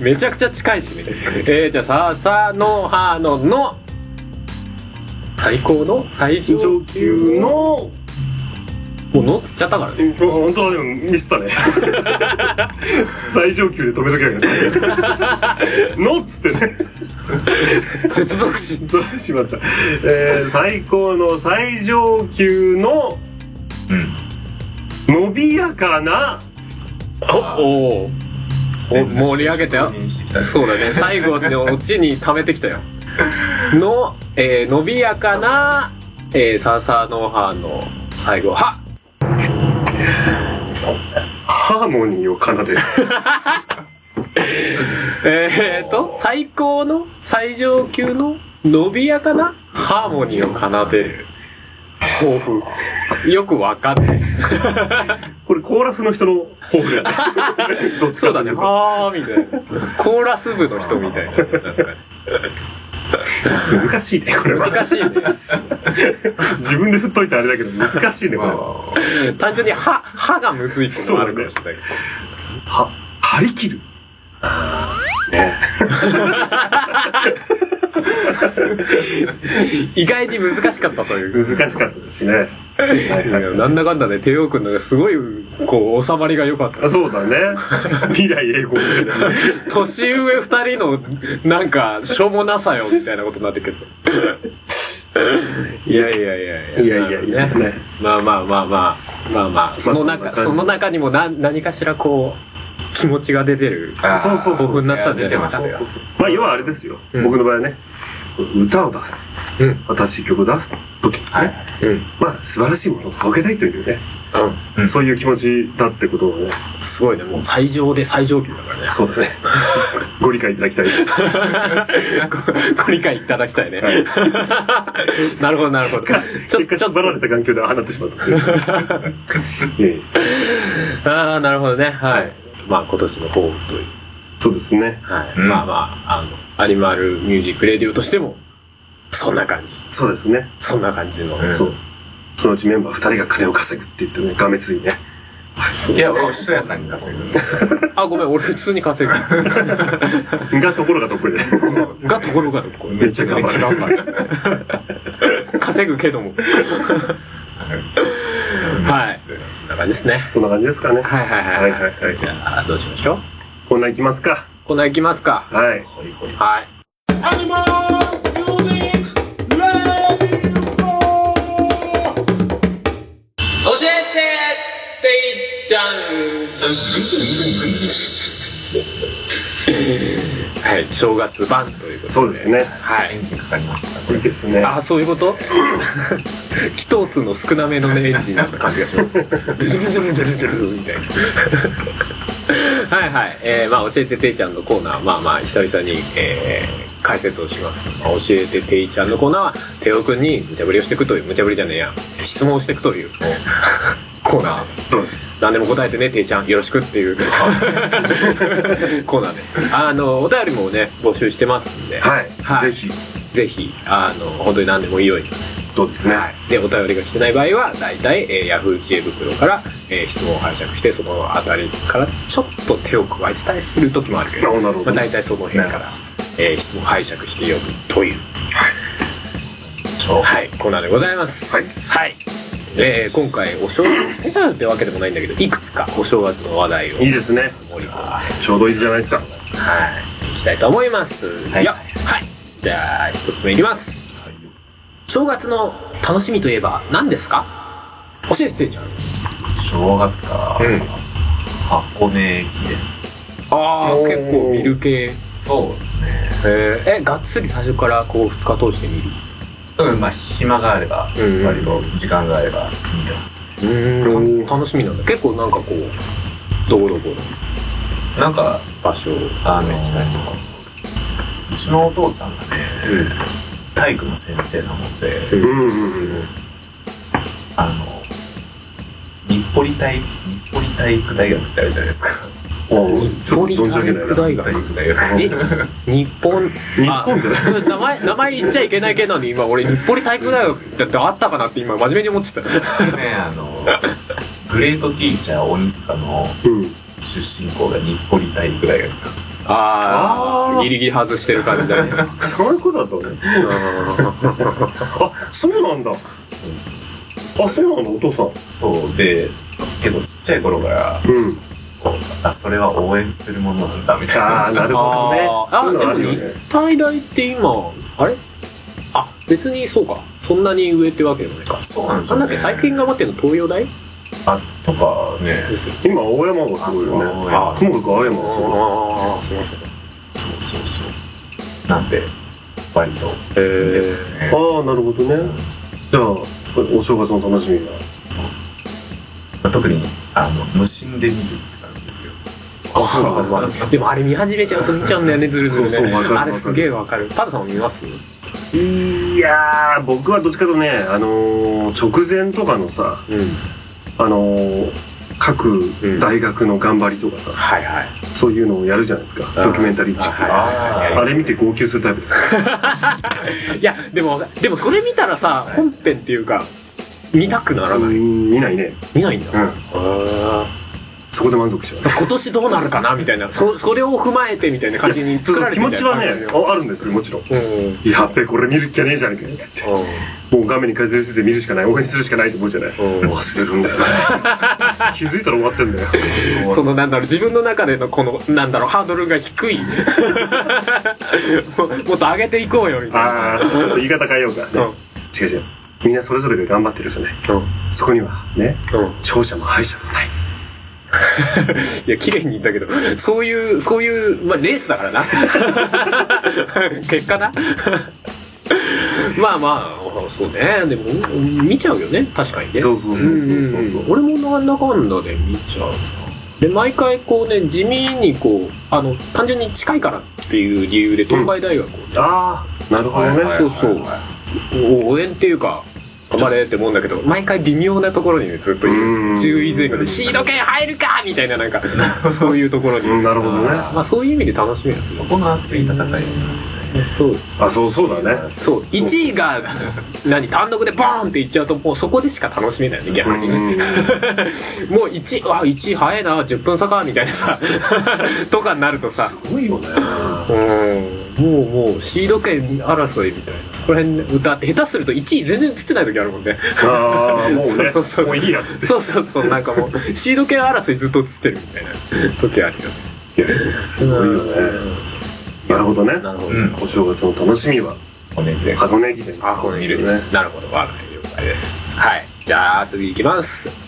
Speaker 2: めちゃくちゃ近いしねえー、じゃあ笹の葉の「の」最高の最上
Speaker 3: 上
Speaker 2: 級の
Speaker 3: 級の
Speaker 2: もう「の」っつっちゃったからね
Speaker 3: 本当だねミスったね最上級で止めとけばよか ったのっつってね
Speaker 2: 接続詞
Speaker 3: そうしまった、えー、最高の最上級の伸びやかな
Speaker 2: おおお盛り上げたよ
Speaker 4: 確認してきたね
Speaker 2: そうだね。 最後のオチに溜めてきたよ。の、えー伸びやかな、えー、笹の葉の最後、は
Speaker 3: ハーモニーを奏でる
Speaker 2: えー、と、最高の、最上級の、伸びやかなハーモニーを奏でる。抱負。よくわかんないです。
Speaker 3: これコーラスの人の抱負だよね どっち
Speaker 2: そう
Speaker 3: か
Speaker 2: だ
Speaker 3: と
Speaker 2: ね。
Speaker 3: いうと
Speaker 2: はーみたいな。コーラス部の人みたいな。なんか
Speaker 3: 難しいねこれは
Speaker 2: 難しいね。
Speaker 3: 自分で振っといてあれだけど難しいねこれ
Speaker 4: ま
Speaker 3: は
Speaker 4: あ
Speaker 2: 単純に歯、歯がむずいってのもあるかもしれないけど。
Speaker 3: 張り切る
Speaker 2: 意外に難しかったという。
Speaker 3: 難しかったですね。はいはい
Speaker 2: いやなんだかんだで、帝王君のがすごい、こう、収まりが良かった
Speaker 3: あ。そう だね。未来英語みたいな。
Speaker 2: 年上二人の、なんか、しょうもなさよ、みたいなことになってくる。 いやいやいや
Speaker 3: いやいやいや、ね。
Speaker 2: まあまあまあまあ、まあまあ、その
Speaker 3: まあ
Speaker 2: 中、
Speaker 3: そんな感じ
Speaker 2: その中にもな何かしらこう、気持ちが出てる。
Speaker 4: あー
Speaker 3: そうそうそう
Speaker 2: 興奮になったんじゃないで
Speaker 4: 出てますした
Speaker 2: か。
Speaker 4: よ
Speaker 3: まあ、要はあれですよ。
Speaker 2: うん
Speaker 3: 僕の場合はね、歌を出す。
Speaker 2: うん
Speaker 3: 私曲を出す時にね、
Speaker 4: はい
Speaker 2: うん。
Speaker 3: まあ、素晴らしいものを届けたいというね、
Speaker 4: うん
Speaker 3: そういう気持ちだってことをね、
Speaker 2: すごいね、もう最上で最上級だ からね。
Speaker 3: そうだね。ご理解いただきたい。
Speaker 2: ごご理解いただきたいね。 なるほど、なるほど。ちょっ
Speaker 3: 結
Speaker 2: と、
Speaker 3: 果、
Speaker 2: ちょっ
Speaker 3: 縛られた環境で放ってしまったという。ええ
Speaker 2: と、ああ、なるほどね。はい。まあ今年の抱負という。
Speaker 3: そうですね。
Speaker 2: はい。
Speaker 4: ん
Speaker 2: まあまあ、あの、アニマルミュージックレディオとしても、そんな感じ。
Speaker 3: そうですね。
Speaker 2: そんな感じの。
Speaker 4: うん
Speaker 3: そう。そのうちメンバー2人が金を稼ぐって言ってね、がめついね。
Speaker 4: いや、おしとやったんか、そういう
Speaker 2: あ、ごめん、俺普通に稼 ぐ。
Speaker 3: がところが得意で。
Speaker 2: がところがどっこい。
Speaker 3: めっちゃ頑張る
Speaker 2: 張る。稼ぐけども。はい。そんな感じですね。
Speaker 3: そんな感じですかね。
Speaker 2: はいはいはいはい。
Speaker 3: はいはいはい
Speaker 2: じゃあ、どうしましょう。
Speaker 3: こんなんいきますか。
Speaker 2: こんなんいきますか。
Speaker 3: はい。
Speaker 2: はい。教えてていちゃんはい、正月版ということで。
Speaker 3: そうですね。
Speaker 2: はい
Speaker 4: エ。ンジンかかりました、こ
Speaker 3: いいですね。
Speaker 2: あ、そういうこと気筒数の少なめのね、エンジンだった感じがします。ドゥルドゥルドゥルドゥルドゥルみたいな。はいはい。えー、まあ、教えてていちゃんのコーナー、まあまあ、久々に、えー、解説をします。まあ、教えてていちゃんのコーナーは、テオくんに無茶ぶりをしていくという、無茶ぶりじゃねえや、質問をしていくという、コーナーです。
Speaker 3: そうです。
Speaker 2: 何でも答えてね、ていちゃん、よろしくっていうコーナーです。あの、お便りもね、募集してますんで、
Speaker 3: はい。
Speaker 2: はい
Speaker 3: ぜひ。
Speaker 2: ぜひ、あの、本当に何でもいいように、
Speaker 3: そうですね。
Speaker 2: でお便りが来てない場合は大体、えー、Yahoo 知恵袋から、えー質問を拝借してその辺りからちょっと手を加えてたりする時もあるけど
Speaker 3: あなるほど
Speaker 2: まあ、大体その辺から、えー質問を拝借して読むという、はい、コーナーでございますはい、えー今回お正月スペシャルってわけでもないんだけどいくつかお正月の話題を
Speaker 3: いいですね。
Speaker 2: 盛り込んで
Speaker 3: ちょうどいいじゃないですか。
Speaker 2: はいいきたいと思います
Speaker 4: はい
Speaker 2: よはいじゃあ一つ目いきます正月の楽しみといえば何ですか教えてていちゃん
Speaker 4: 正月か、
Speaker 2: うん
Speaker 4: 箱根駅伝。
Speaker 2: ああ
Speaker 3: おー
Speaker 2: 結構見る系へ
Speaker 4: そうですね。
Speaker 2: えがっつり最初からこう2日通して見る
Speaker 4: うん、まあ、暇があれば、
Speaker 2: うん
Speaker 4: 割と時間があれば見てますね。
Speaker 2: うん楽しみなんだ結構なんかこうどこどこの
Speaker 4: なんか、
Speaker 2: 場所を
Speaker 4: あの
Speaker 2: 案内したりとか
Speaker 4: うちのお父さんがね、体育の先生なので、
Speaker 2: うん
Speaker 3: うんうんうん。
Speaker 4: あの、日暮里体、日暮里体育大学ってあるじゃないです か。
Speaker 3: おう
Speaker 2: 日暮里体育大学
Speaker 4: 体育大学。
Speaker 2: え日本
Speaker 3: 日
Speaker 2: あ
Speaker 3: 本じゃない
Speaker 2: 名前名前言っちゃいけない系なのに今俺日暮里体育大学だってあったかなって今真面目に思ってた
Speaker 4: ね、あの、グレートティーチャー鬼塚の
Speaker 3: うん。
Speaker 4: 出身校が日暮里体育大学なんですよ。
Speaker 2: あ
Speaker 3: あ
Speaker 2: あ
Speaker 3: ー
Speaker 2: ギリギリ外してる感じだ ね
Speaker 3: そういうことだとね。あ、そうなんだ。あ、
Speaker 4: そうそうそう。
Speaker 3: そうなんだ、お父さん。
Speaker 4: そうで、結構ちっちゃい頃から、
Speaker 3: うん。
Speaker 4: こうあ、それは応援するものなんだみたい
Speaker 3: あ
Speaker 4: な。
Speaker 3: あ、なるほどね。
Speaker 2: あーあ
Speaker 3: そういうの
Speaker 2: でも
Speaker 3: るよ
Speaker 2: 日
Speaker 3: ね
Speaker 2: 体大って今あれあ別にそうかそんなに上ってわけでもないか
Speaker 4: そうなんです
Speaker 2: そ
Speaker 4: よ、
Speaker 2: ん
Speaker 4: ね。
Speaker 2: だけ最近頑張ってるの東洋大
Speaker 4: あ、とかね、
Speaker 2: ですよね
Speaker 3: 今、青山がすごいよね。
Speaker 4: あ
Speaker 3: ともかく青山がすごい。
Speaker 2: ああそうそう
Speaker 4: そうそうそう。なんで、割と見て
Speaker 2: へえ
Speaker 4: ますね。
Speaker 3: ああ、なるほどね。じゃあ、お正月の楽しみが。
Speaker 4: そう。まあ、特に、あの、無心で見るって感じですけど。
Speaker 2: あそうまあでもあれ見始めちゃうと見ちゃうんだよねずるずる
Speaker 3: そう
Speaker 2: ね
Speaker 3: そうわかる
Speaker 2: あれすげえわかるパンさんも見ます
Speaker 3: いやー、僕はどっちかというとね、あのー、直前とかのさ、
Speaker 2: うん
Speaker 3: あのー、各
Speaker 2: うん
Speaker 3: 大学の頑張りとかさ、
Speaker 2: はいはい
Speaker 3: そういうのをやるじゃないですか、
Speaker 2: うん
Speaker 3: ドキュメンタリーチック。
Speaker 2: はい
Speaker 4: あ
Speaker 3: あれ見て号泣するタイプです。
Speaker 2: いやでもでもそれ見たらさ本編っていうか見たくなら
Speaker 3: う
Speaker 2: ない
Speaker 3: ん見ないね。
Speaker 2: 見ないんだ
Speaker 3: うん。
Speaker 2: あ
Speaker 3: そこで満足しちゃうね。
Speaker 2: 今年どうなるかなみたいな。そ、それを踏まえてみたいな感じに作られ
Speaker 3: 気
Speaker 2: てる
Speaker 3: 持
Speaker 2: じゃ
Speaker 3: ち
Speaker 2: ん
Speaker 3: はね、ああるんですよ、もちろん。
Speaker 2: うん。
Speaker 3: やっべえ、これ見るっきゃねえじゃねえかよ、つって。もう画面に風ついて見るしかない、応援するしかないと思うじゃない。忘れるんだよね。気づいたら終わってんだよ。
Speaker 2: そのなんだろう自分の中でのこのなんだろうハードルが低いもうもっと上げていこうよみたいな
Speaker 3: ああ、ちょっと言い方変えようか。ね
Speaker 2: うん
Speaker 3: 違う違う。みんなそれぞれが頑張ってるじゃない。
Speaker 2: うん
Speaker 3: そこには、ね、
Speaker 2: うん
Speaker 3: 勝者も敗者もない。
Speaker 2: いや綺麗に言ったけどそういうそういう、まあ、レースだからな 結果なまあまあそうねでも見ちゃうよね確かにね
Speaker 3: そうそうそうそうそうそう
Speaker 2: うんうんうん俺もなんだかんだで見ちゃうなで毎回こうね地味にこうあの単純に近いからっていう理由で東海大学をね、
Speaker 3: ああ、なるほどね。
Speaker 2: そうそう応援っていうか頑張れって思うんだけど毎回微妙なところにねずっといるんです
Speaker 3: うん
Speaker 2: 10位前後で「シード権入るか!」みたいななん かそういうところに、
Speaker 3: うんなるほどね。
Speaker 2: まあそういう意味で楽しみです
Speaker 4: そ
Speaker 2: よ
Speaker 4: この熱い戦いなんですよね。
Speaker 2: そうです
Speaker 3: あ、そうそうだね。
Speaker 2: そう1位が何単独でボーンっていっちゃうともうそこでしか楽しめないよね逆にね
Speaker 3: うん
Speaker 2: もう1あ1位早いな10分差かみたいなさ とかになるとさ
Speaker 3: すごいよね。
Speaker 2: うんもうもうシード権争いみたいなそこら辺ねだって下手すると1位全然映ってない時あるもんね
Speaker 3: ああ、もうね、
Speaker 2: そうそうそう
Speaker 3: もういいやつって。
Speaker 2: そうそうそう、なんかもう、シード権争いずっと映ってるみたいな時あるよね。
Speaker 3: すごいよね。なるほどね。なるほ
Speaker 4: どね
Speaker 3: お正月の楽しみは、
Speaker 4: 骨切れ。
Speaker 3: 箱根駅伝。
Speaker 2: あ、このいる
Speaker 3: ね
Speaker 2: ね。なるほど、わかり了解です。はい。じゃあ、次行きます。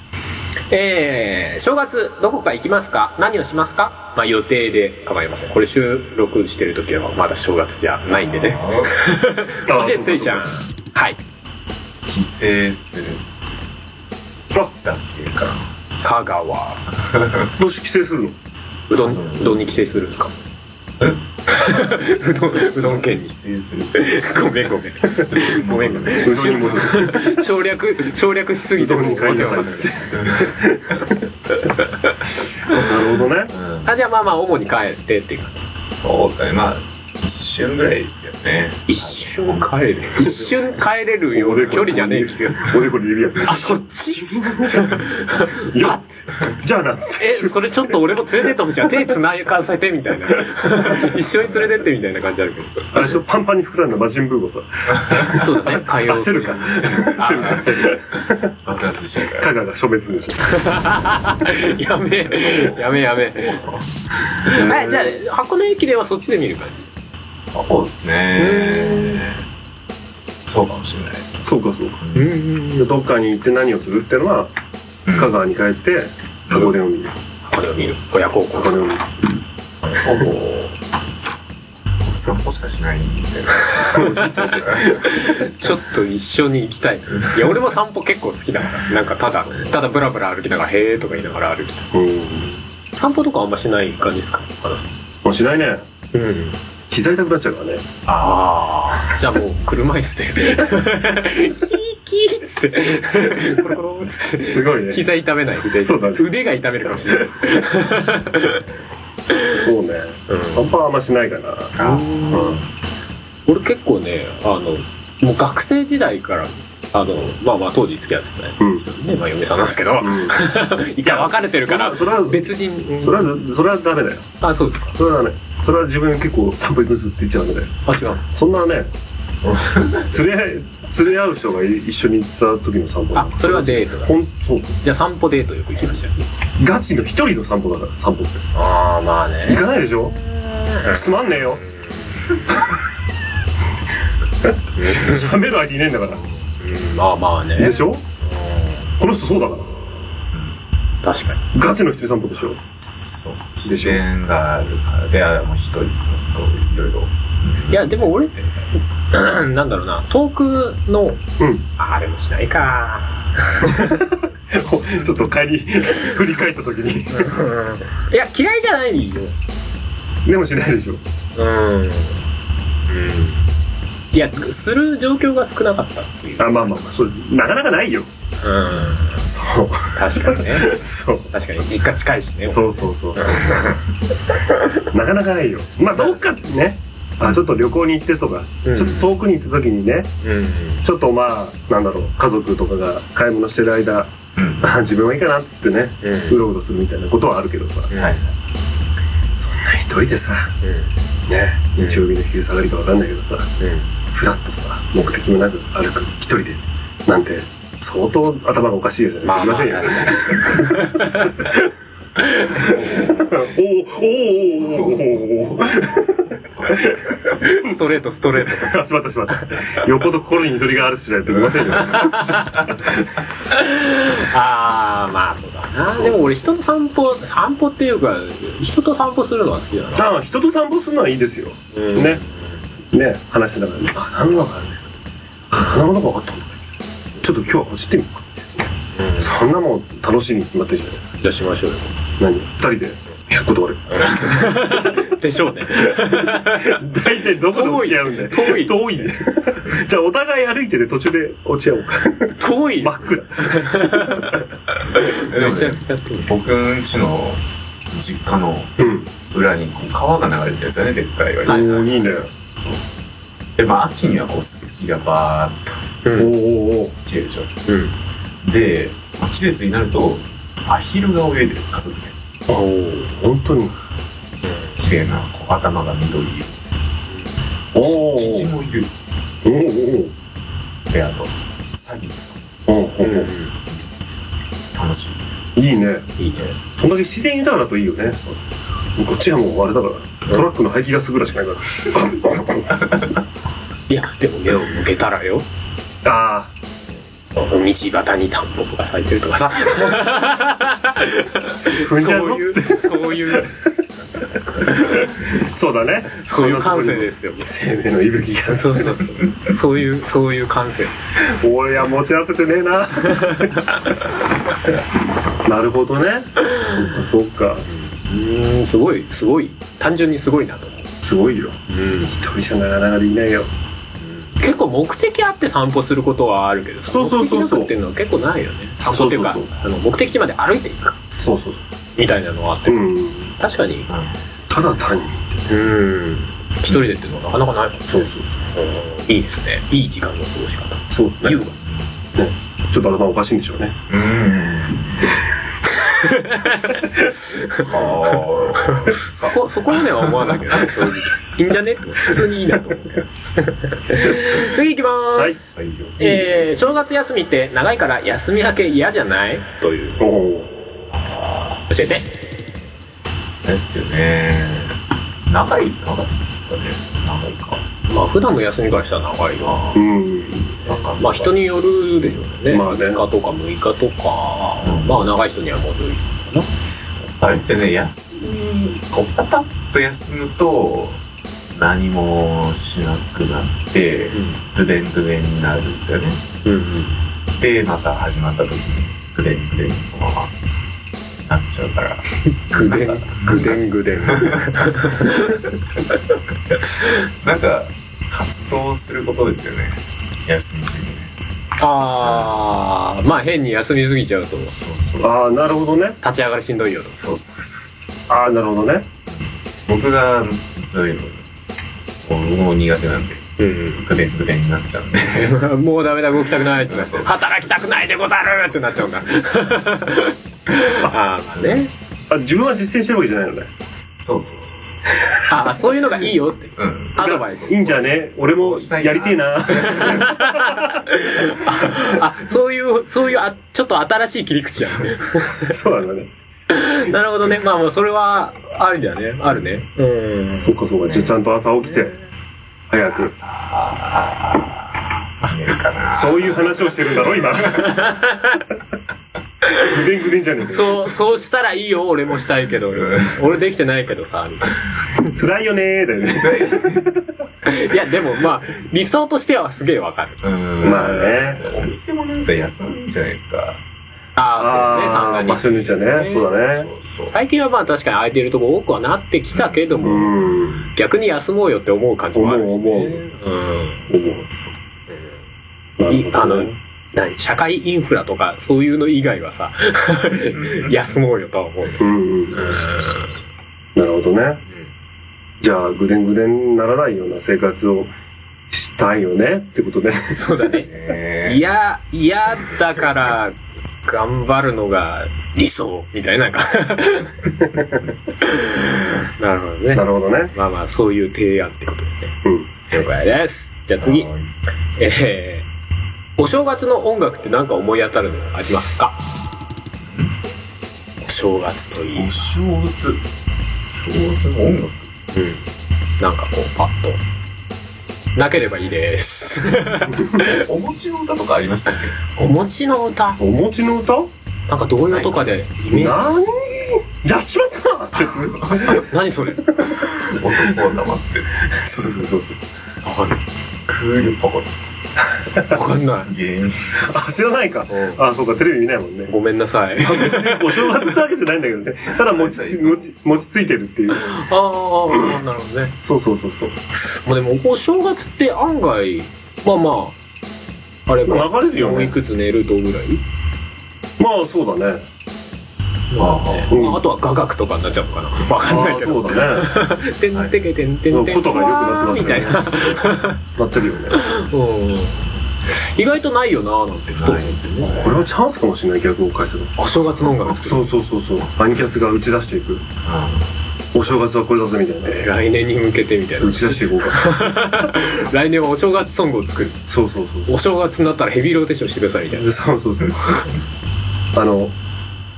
Speaker 2: えー、正月、どこか行きますか何をしますかまあ、予定で構いません。これ収録してる時はまだ正月じゃないんでね。教えて、ていちゃん。はい。
Speaker 4: 帰省する。だっていうか、
Speaker 2: 香川。
Speaker 3: 今年帰省するの
Speaker 2: うどん、うどんに帰省するんですかうどん、うどん県に
Speaker 4: 帰。省する。
Speaker 2: ごめんごめん。ごめんごめん。
Speaker 3: うどんに戻る。
Speaker 2: 省略省略しすぎ
Speaker 3: う
Speaker 2: て
Speaker 3: どんに帰りなさいっつって。なるほどね。
Speaker 2: あじゃあまあまあ主に帰ってっていう感じ
Speaker 4: そうですかね。まあ、一瞬ぐらいですけどね。
Speaker 2: 一瞬帰れる一瞬帰れるよう
Speaker 3: 俺
Speaker 2: な距離じゃねえよ
Speaker 3: 俺これ指やってる
Speaker 2: あそっち
Speaker 3: いやっつってじゃあなっつ っ
Speaker 2: えそれちょっと俺も連れてってほしいな手つないかさせてみ たいな一緒に連れてってみたいな感じあるけど
Speaker 3: てあれでしょパンパンに膨らんだ魔人ブーをさ
Speaker 2: そうだね会話
Speaker 3: 焦るか
Speaker 2: あ 焦る
Speaker 4: 爆発しちゃうから。
Speaker 3: 加賀が消滅するでしょ
Speaker 2: やめえやめえやめえはいじゃあ箱根駅伝はそっちで見る感じ
Speaker 4: そうですね。そうかもしれないです。
Speaker 3: そうかそうか
Speaker 2: うん
Speaker 3: どっかに行って何をするってのは香川に帰って箱根を見る
Speaker 2: 箱根を見る親孝行
Speaker 3: 箱根を見る
Speaker 4: ほぼ、お散歩しかしないんで。
Speaker 2: ちょっと一緒に行きたい。いや、俺も散歩結構好きだから。なんかただ、ただブラブラ歩きながら、へーとか言いながら歩きた
Speaker 3: うん
Speaker 2: い。散歩とかあんましない感じですかあの
Speaker 3: もうしないね
Speaker 2: うん。
Speaker 3: 膝痛くなっちゃうからね
Speaker 2: ああ。じゃあもう、車椅子で。キーキーっつって。コロコロっつって。
Speaker 3: すごい ね
Speaker 2: 膝痛めない。膝痛めない
Speaker 3: そうだね
Speaker 2: 腕が痛めるかもしれない。
Speaker 3: そうね散歩はあんましないかな
Speaker 2: 俺結構ね、あの、もう学生時代から、あの、まあまあ当時付き合ってたね。
Speaker 3: うん
Speaker 2: ね、まあ嫁さんなんですけど、 一回別れてるから、
Speaker 3: それは
Speaker 2: 別人。
Speaker 3: それはずそれはダメだよ
Speaker 2: あ、そうですか。
Speaker 3: それはねそれは自分結構散歩行くずって言っちゃダメだよ
Speaker 2: あ、違うんです。
Speaker 3: そんなね連れ合い連れ合う人が一緒に行った時の散歩
Speaker 2: あ、それはデートだ。
Speaker 3: ほんそうそう
Speaker 2: じゃあ散歩デートよく行きましたよね。
Speaker 3: ガチの一人の散歩だから散歩って
Speaker 2: ああ、まあね。
Speaker 3: 行かないでしょつまんねえよ 喋る相手いないんだから
Speaker 2: まあまあね。
Speaker 3: でしょこの人そうだか
Speaker 2: 確かに。
Speaker 3: らガチの一人散歩でしょ
Speaker 4: そう。自然があるから。で、あもう一人、いろいろ。
Speaker 2: いや、でも俺、 なんだろうな、遠くの、
Speaker 3: うん
Speaker 2: ああ、でもしないか。
Speaker 3: こう ちょっと帰り 振り返った時に
Speaker 2: いや、嫌いじゃないよ。
Speaker 3: でもしないでしょ
Speaker 2: うん。うん。いや、する状況が少なかったっていう。
Speaker 3: あまあまあまあそれなかなかないよ
Speaker 2: うん。
Speaker 3: そう
Speaker 2: 確かにね。
Speaker 3: そう
Speaker 2: 確かに、実家近いしね。
Speaker 3: そうそうそ うそうなかなかないよまあどっかねあちょっと旅行に行ってとか、
Speaker 2: うん
Speaker 3: ちょっと遠くに行った時にね
Speaker 2: うん。
Speaker 3: ちょっとまあなんだろう家族とかが買い物してる間あ 自分はいいかなっつってね、
Speaker 2: う
Speaker 3: うんろうろするみたいなことはあるけどさ、
Speaker 2: うん
Speaker 4: はい。
Speaker 3: そんな一人でさ、
Speaker 2: う
Speaker 3: ね、日曜日の昼下がりかわかんないけどさ、
Speaker 2: んうん
Speaker 3: ふらっとさ、目的もなく歩く、一人で、なんて、相当頭がおかしいよじゃない
Speaker 2: まあ
Speaker 3: すいませんよ。おおおーおーおーおーおーお
Speaker 2: ストレートストレート
Speaker 3: ーあしまったしまった。よっぽど心にゆとりがある人じゃないといけませんよ。
Speaker 2: ああまあそうだなでも俺人と散歩散歩っていうか人と散歩するのは好きだな
Speaker 3: まあ、人と散歩するのはいいですよ。
Speaker 2: うん
Speaker 3: ね。ね、話しながら、あ、何のがあるね。あ、何のがあったんだね。ちょっと今日はこっち行ってみようかって。そんなもん楽しみに決まってるじゃないですか。
Speaker 2: じゃあしましょうよ
Speaker 3: 何二人で。いや、断る。
Speaker 2: でしょうね
Speaker 3: 大体どこで落ち合うんだよ。
Speaker 2: 遠い
Speaker 3: 遠い。 じゃあお互い歩いてて途中で落ち合おうか。
Speaker 2: 遠い
Speaker 3: 真っ暗。
Speaker 2: めちゃくちゃ遠い
Speaker 4: 僕ん家の実家の
Speaker 3: うん。
Speaker 4: 裏にこう川が流れてるんですよね、でっかい割に。
Speaker 2: はい
Speaker 3: おーいいね。
Speaker 4: そう。で、まあ、秋にはこう、ススキがバ
Speaker 3: お
Speaker 4: ーっ
Speaker 3: ーおーおー
Speaker 4: と切れるでしょ。で、まあ季節になると、アヒルが泳いでる家族で。
Speaker 3: 本当に。
Speaker 4: 綺麗な、こう、頭が緑色。
Speaker 3: おー
Speaker 4: キジもいる。
Speaker 3: おーおー
Speaker 4: で、あと、サギとか
Speaker 3: おーお
Speaker 2: うん、うん、
Speaker 3: ー
Speaker 4: いるんですよ。楽しいですよ。
Speaker 3: いいね。
Speaker 2: いいね
Speaker 3: そんだけ自然豊かだといいよね。
Speaker 4: そうそうそうそう。
Speaker 3: こっちはもうあれだから、トラックの排気ガスぐらいしかないから。
Speaker 2: いやでも目を向けたらよ
Speaker 3: ああ。
Speaker 2: 道端にタンポポが咲いてるとかさ
Speaker 3: 踏んじゃうぞ
Speaker 2: そういうそういう
Speaker 3: そうだね。
Speaker 2: そういう感性
Speaker 3: で。
Speaker 2: ですよ
Speaker 3: 生命の息吹が。
Speaker 2: そうそうそうそういうそういう感性です
Speaker 3: 俺は持ち合わせてねえな。なるほどね。そっかそっか。
Speaker 2: うんすごいすごい単純にすごいなと思う、
Speaker 3: すごいよ。
Speaker 2: うん、
Speaker 3: 一人じゃなかなかできないよ。
Speaker 2: 結構目的あって散歩することはあるけどさ
Speaker 3: そうそうそうそ
Speaker 2: 目的な
Speaker 3: う
Speaker 2: くっていうのは結構ないよね散歩っていうか
Speaker 3: そうそう
Speaker 2: あの目的地まで歩いていく
Speaker 3: そうそうそ
Speaker 2: みたいなのはあって、
Speaker 3: う。うん。
Speaker 2: 確かに
Speaker 3: ただ単に。
Speaker 2: うん一人でっていうのはなかなかないもんね
Speaker 3: そうそうそう。
Speaker 2: いいっすねいい時間の過ごし方
Speaker 3: そうだね。
Speaker 2: 優雅
Speaker 3: ね。ちょっと頭おかしいんでしょうね。
Speaker 4: はあ。
Speaker 2: そこそこまでは思わないけどね正直いいんじゃねって 思う普通にいいなと思う次行きまー
Speaker 3: はい
Speaker 2: す、。
Speaker 4: はいよ。
Speaker 2: えー、正月休みって長いから休み明け嫌じゃないという
Speaker 3: おお。
Speaker 2: 教えて
Speaker 4: ですよね。長い、長いですかね。長いか。
Speaker 2: まあ普段の休みからしたら長いな
Speaker 3: うん。
Speaker 4: 5日間。
Speaker 2: まあ人によるでしょうね。
Speaker 3: まあね
Speaker 2: 5日とか6日とか、まあ長い人にはもうちょい。
Speaker 4: あれですよね、休み、こう、パタッと休むと、何もしなくなって、ぐでんぐでんになるんですよね。
Speaker 2: うんうん。
Speaker 4: で、また始まった時に、ぐでんぐでんのまま、なっちゃうから。
Speaker 2: ぐでん
Speaker 4: なんか、
Speaker 2: ぐでんぐでん。
Speaker 4: なんか、活動することですよね。休み中にね。
Speaker 2: ああ、まあ変に休みすぎちゃうと、立
Speaker 4: そうそうそう。
Speaker 3: ああ、なるほどね。
Speaker 2: ち上がりしんどいよと。
Speaker 4: そうそうそう
Speaker 3: ああ、なるほどね。
Speaker 4: そう。僕が、そういうの、僕も苦手なんで、
Speaker 2: う
Speaker 4: ぐでんぐでんになっちゃうんで。
Speaker 2: ん。 もうダメだ、動きたくないってなって、
Speaker 4: そうそうそう
Speaker 2: 働きたくないでござるってなっちゃうんだ
Speaker 4: そ。
Speaker 2: ああ、まあね。
Speaker 3: あ、自分は実践してるわけじゃないのね。
Speaker 4: そうそうそうそ
Speaker 2: ああ、そういうのがいいよって。
Speaker 4: う。うん。
Speaker 2: アドバイス。
Speaker 3: いいんじゃね俺もやりてえな。
Speaker 2: あ、そういう、そういう、あ、ちょっと新しい切り口だね。
Speaker 3: そうなんだね。
Speaker 2: なるほどね。まあもうそれは、ありだね。あるね。うん。
Speaker 3: そっかそっか。じゃあちゃんと朝起きて、早く。
Speaker 4: 見えるかな。
Speaker 3: そういう話をしてるんだろ、今。 ぐでんぐでんじゃねえかよ
Speaker 2: そう、そうしたらいいよ、俺もしたいけど。俺できてないけどさ。 みたい
Speaker 3: 辛いよねーだよね。
Speaker 2: ないや、でもまあ、理想としてはすげえわかる。
Speaker 4: うん
Speaker 3: まあね。
Speaker 4: お店もなんか休むんじゃないですか。
Speaker 2: ああ、そうね、
Speaker 3: あー
Speaker 2: 三
Speaker 3: 場
Speaker 2: が
Speaker 3: 所
Speaker 2: 日。
Speaker 3: によっちゃね。そうだね。
Speaker 4: そうそう。
Speaker 2: 最近はまあ確かに空いてるとこ多くはなってきたけど
Speaker 3: う
Speaker 2: も、
Speaker 3: ん。
Speaker 2: 逆に休もうよって思う感じもあるし、ね。
Speaker 3: 思う
Speaker 4: そうそう。
Speaker 2: うん。いあの
Speaker 3: なるほどね、
Speaker 2: 何社会インフラとか、そういうの以外はさ、 休もうよとは思う。
Speaker 3: うんうん。なるほどね。じゃあ、ぐでんぐでんならないような生活をしたいよねってことで。
Speaker 2: そうだね。
Speaker 4: ね
Speaker 2: いや、嫌だから、頑張るのが理想みたいな、なんか なるほどね。
Speaker 3: なるほどね。
Speaker 2: まあまあ、そういう提案ってことですね。
Speaker 3: うん。
Speaker 2: 了解です。じゃあ次
Speaker 4: は。い
Speaker 2: えー、お正月の音楽って何か思い当たるのありますかお正月といい
Speaker 4: お、正月正月の音楽
Speaker 2: うん、なんかこう、パッと。なければいいです。
Speaker 4: お餅の歌とかありましたっ け
Speaker 2: お餅の歌
Speaker 3: お餅の歌
Speaker 2: なんか童謡とかでイメー
Speaker 3: 何やっちまったってやつ
Speaker 2: ジ。何それ
Speaker 4: 男を黙って
Speaker 3: そうそうそうそう。
Speaker 4: クールポコです
Speaker 2: わかんない。
Speaker 4: 芸人
Speaker 3: あ、知らないか。
Speaker 2: う
Speaker 3: あ、そうか、テレビ見ないもんね。
Speaker 2: ごめんなさい。
Speaker 3: 別にお正月ってわけじゃないんだけどね。ただ餅つ、餅、餅ついてるっていう。
Speaker 2: ああ、なるほどね。
Speaker 3: そうそうそうそう。
Speaker 2: まあでも、お正月って案外、まあまあ、あれか。
Speaker 3: 流れるよね
Speaker 2: いくつ寝るとぐらい
Speaker 3: まあ、そうだね。
Speaker 4: ああ
Speaker 2: ね
Speaker 3: うん
Speaker 2: あとは雅楽とかになっちゃうのかな。わかんない
Speaker 3: あ
Speaker 2: けど。
Speaker 3: そうだね。
Speaker 2: てんてけてんてんてん。
Speaker 3: ことが良くなってますね
Speaker 2: みたいな。
Speaker 3: なってるよね。
Speaker 2: うん意外とないよなーなんてふと思ってね。
Speaker 3: これはチャンスかもしれない、逆を返せば。
Speaker 2: お正月の音楽作
Speaker 3: そうそうそうそう。アニキャスが打ち出していく。お正月はこれだぜ、みたいな。
Speaker 2: る。来年に向けてみたいな
Speaker 3: 打。ち出していこうか。
Speaker 2: 来年はお正月ソングを作る。
Speaker 3: そうそうそうそ
Speaker 2: お正月になったらヘビーローテーションしてくださいみたいな。
Speaker 3: う。そうそうそう。あの、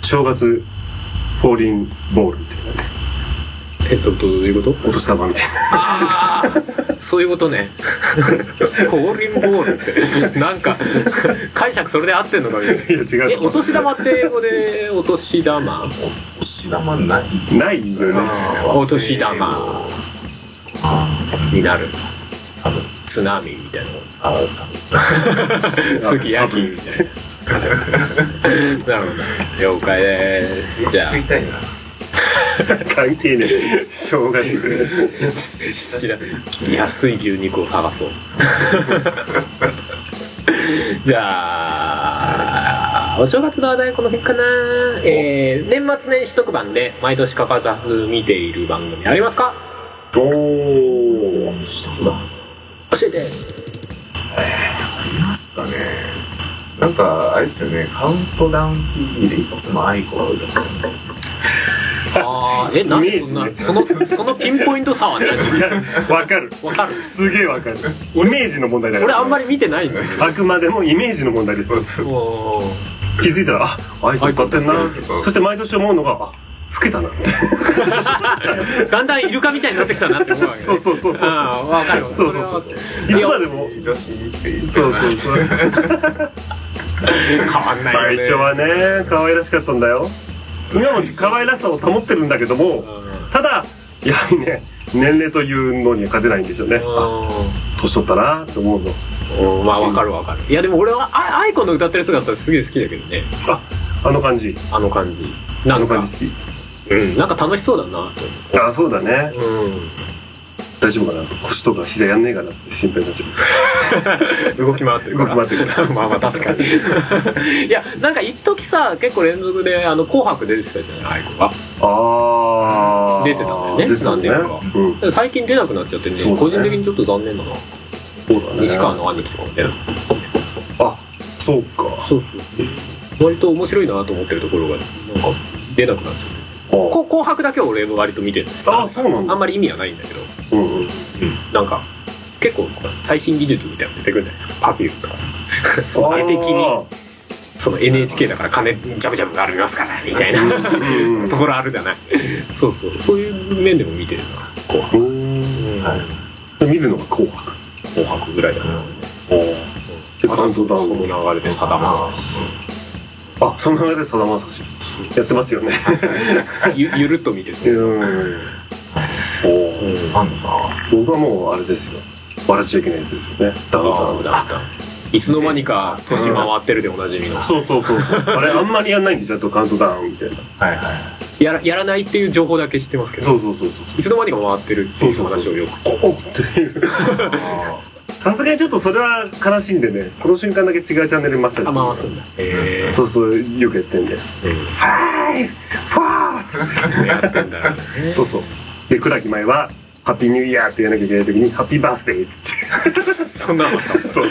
Speaker 3: 正月、フォーリンボールみたいなね。
Speaker 2: えっと、どういうこと
Speaker 3: 落としたばみたい
Speaker 2: そういうこと ね。ホーリンボールって、なんか、解釈それで合ってんのかみたいな。
Speaker 3: な。いや、違
Speaker 2: え、
Speaker 3: う
Speaker 2: お。年玉って英語で、お年玉
Speaker 4: おし玉ない
Speaker 3: ないんだよね。
Speaker 2: お年玉になる。
Speaker 4: 多分
Speaker 2: 津波みたいな。
Speaker 4: ああ多分
Speaker 2: すき焼きみたいな。なるほど。了解です。じゃあ
Speaker 4: 食い、たいな
Speaker 3: 関係ねえ。正月。
Speaker 2: 知ら安い牛肉を探そう じゃあお正月の話題はこの辺かな、えー、年末年始特番で毎年欠かさず見ている番組ありますか
Speaker 3: おー。
Speaker 2: 教えて
Speaker 4: ありますかねなんかあれですよねカウントダウン TV でいつもアイコが歌ってますよ
Speaker 2: ああえなんでそん
Speaker 3: イ
Speaker 2: な、
Speaker 3: メージね
Speaker 2: そのそのピンポイント差は何
Speaker 3: いや、わかる。
Speaker 2: わかる
Speaker 3: すげえわかる。イメージの問題だか
Speaker 2: 俺
Speaker 3: ら。
Speaker 2: あんまり見てないんだけど
Speaker 3: あくまでもイメージの問題です。
Speaker 2: おー
Speaker 3: 気づいたら、あ、アイコン歌ってんな。
Speaker 4: そう
Speaker 3: そして毎年思うのが、あ、老けたなって。
Speaker 2: だんだんイルカみたいになってきたなって思うわけ、ね、
Speaker 3: そうそうそうそう
Speaker 2: ああわかるわ
Speaker 3: そうそうそう
Speaker 2: そ
Speaker 3: そう。
Speaker 2: れ
Speaker 3: い
Speaker 2: は
Speaker 3: つまでも。
Speaker 4: 女子って言って
Speaker 3: そうそうそう。
Speaker 2: 変わんないよ
Speaker 3: 最
Speaker 2: ね
Speaker 3: 初はね、可愛らしかったんだよ。今も可愛らしさを保ってるんだけども、ただ、やはりね、年齢というのには勝てないんでしょうね。あ、
Speaker 2: うん
Speaker 3: 年取ったなって思うの。
Speaker 2: うんまあわかるわかるいやでも俺はあアイコの歌ってる姿すげえ好きだけどね
Speaker 3: あ、あの感じ。
Speaker 2: あの感じな
Speaker 3: あ
Speaker 2: ん
Speaker 3: の
Speaker 2: か
Speaker 3: 感じ好き。
Speaker 2: うん、なんか楽しそうだなと
Speaker 3: あ、そうだね。
Speaker 2: 思
Speaker 3: 大丈夫かなと。腰とか膝やんねえかなって心配になっちゃう。
Speaker 2: う、動き回ってるから
Speaker 3: 動き回っ
Speaker 2: まあまあ確かにいやなんか一時さ結構連続で「あの紅白」出てたじゃないアイコが
Speaker 3: あー。
Speaker 2: 出てたんだよね
Speaker 3: 出てたんだよ
Speaker 2: 何年
Speaker 3: ね。うん。
Speaker 2: 最近出なくなっちゃってね
Speaker 3: そうだね
Speaker 2: 個人的にちょっと残念だな
Speaker 3: そうだね。
Speaker 2: 西川の兄貴とかも出なくなっちゃったしね
Speaker 3: あ、そうか。
Speaker 2: そうそうそう割と面白いなと思ってるところがなんか出なくなっちゃってこ紅白だけは俺も割と見てるんですけど
Speaker 3: あ、そうなん
Speaker 2: あん
Speaker 3: だ。
Speaker 2: まり意味はないんだけど
Speaker 3: うんうん。
Speaker 2: なんか、結構最新技術みたいなの出てくるじゃないですか。パフュームとか さ。その絵的に、その NHK だから金、ジャブジャブがありますから、みたいな
Speaker 3: あー。うんうん
Speaker 2: ところあるじゃない。そうそう、そういう面でも見てるな。紅白。
Speaker 3: うん見るのが紅白。
Speaker 2: 紅白ぐらいだな。
Speaker 3: おお。で、カウントダウ
Speaker 2: そ
Speaker 3: ン。
Speaker 2: の流れでさだまさし。
Speaker 3: あ、その流れでさだまさし。やってますよね。
Speaker 2: ゆ ゆるっと見てそう。
Speaker 3: うん。おお。
Speaker 4: ファンさんは
Speaker 3: 僕はもうあれですよ。笑っちゃいけないやつですよね。ダウンタウン
Speaker 2: だった。いつの間にか年回ってるでおなじみの。
Speaker 3: そうそうそうそう。 あれ、あんまりやんないんで、ちゃんとカウントダウンみたいな。
Speaker 4: はいはい
Speaker 2: やらやらないっていう情報だけ知ってますけど。
Speaker 3: そうそうそうそう。
Speaker 2: いつの間にか回ってるって
Speaker 3: そう
Speaker 2: いう
Speaker 3: そう
Speaker 2: 話
Speaker 3: そ
Speaker 2: を
Speaker 3: う。
Speaker 2: よく。
Speaker 3: おおっていう。 さすがにちょっとそれは悲しいんでね、その瞬間だけ違うチャンネルに回したり
Speaker 2: あ
Speaker 3: する。
Speaker 2: 回すんだ。え
Speaker 3: そうそう、よくやってんで。ファイファーつっ
Speaker 2: ー、
Speaker 3: て。
Speaker 2: やってんだ。
Speaker 3: そうそう。で、倉木舞は、ハッピーニューイヤーって言わなきゃいけないときに、ハッピーバースデーっつ っ
Speaker 2: そん なのあった
Speaker 3: て。そう。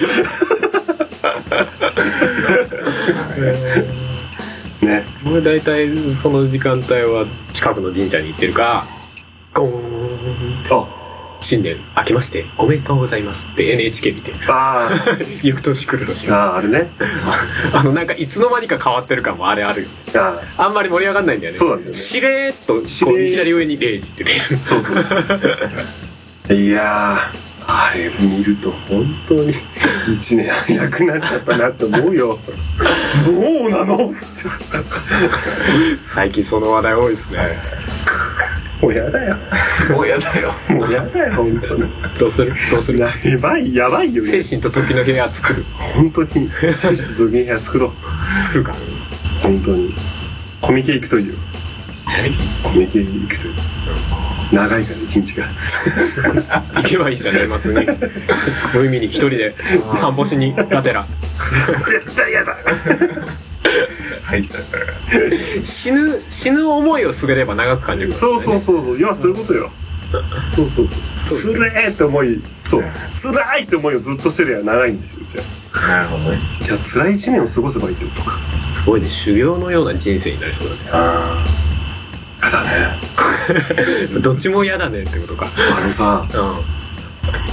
Speaker 3: ね。
Speaker 2: 俺大体その時間帯は近くの神社に行ってるかゴーン
Speaker 3: あ、
Speaker 2: 新年明けましておめでとうございますって NHK 見て
Speaker 3: あー
Speaker 2: 翌年来る年
Speaker 3: あ
Speaker 2: が
Speaker 3: ー、あれね。そうそうそう。
Speaker 2: あのなんかいつの間にか変わってる感もあれあるよね
Speaker 3: あー
Speaker 2: あんまり盛り上がんないんだよね
Speaker 3: そうなんだよね
Speaker 2: しれーっと
Speaker 3: し
Speaker 2: こう
Speaker 3: れー
Speaker 2: 左上に0時って出る
Speaker 3: そうそう。いやー、あれ見ると本当に一年早くなっちゃったなって思うよ。 もうなの
Speaker 2: 最近その話題多いですね
Speaker 3: もうやだよ。
Speaker 4: もうやだよ。
Speaker 3: もうやだよ、本当に。
Speaker 2: どうするどうする
Speaker 3: やばい、やばいよ。
Speaker 2: 精神と時の部屋作る
Speaker 3: 本当に。精神と原野作ろう。
Speaker 2: 作るか
Speaker 3: 本当に。コミケ行くという。コミケ行くという。長いから、一日が。
Speaker 2: 行けばいいじゃん年末にお海に一人で散歩しにがてら
Speaker 3: 絶対やだ
Speaker 4: 入っちゃうから。
Speaker 2: 死ぬ死ぬ思いをすれれば長く感じるからね、
Speaker 3: そうそうそうそう。いや、そういうことよ。そうそうそう。つれーって思い、そう。辛いって思いをずっとしてるや長いんですよ、じゃあ。
Speaker 4: なるほどね。
Speaker 3: じゃあ、辛い一年を過ごせばいいってことか。
Speaker 2: すごいね修行のような人生になりそうだね
Speaker 3: ああ。やだね。
Speaker 2: どっちも嫌だねってことか
Speaker 3: あのさ、
Speaker 2: うんは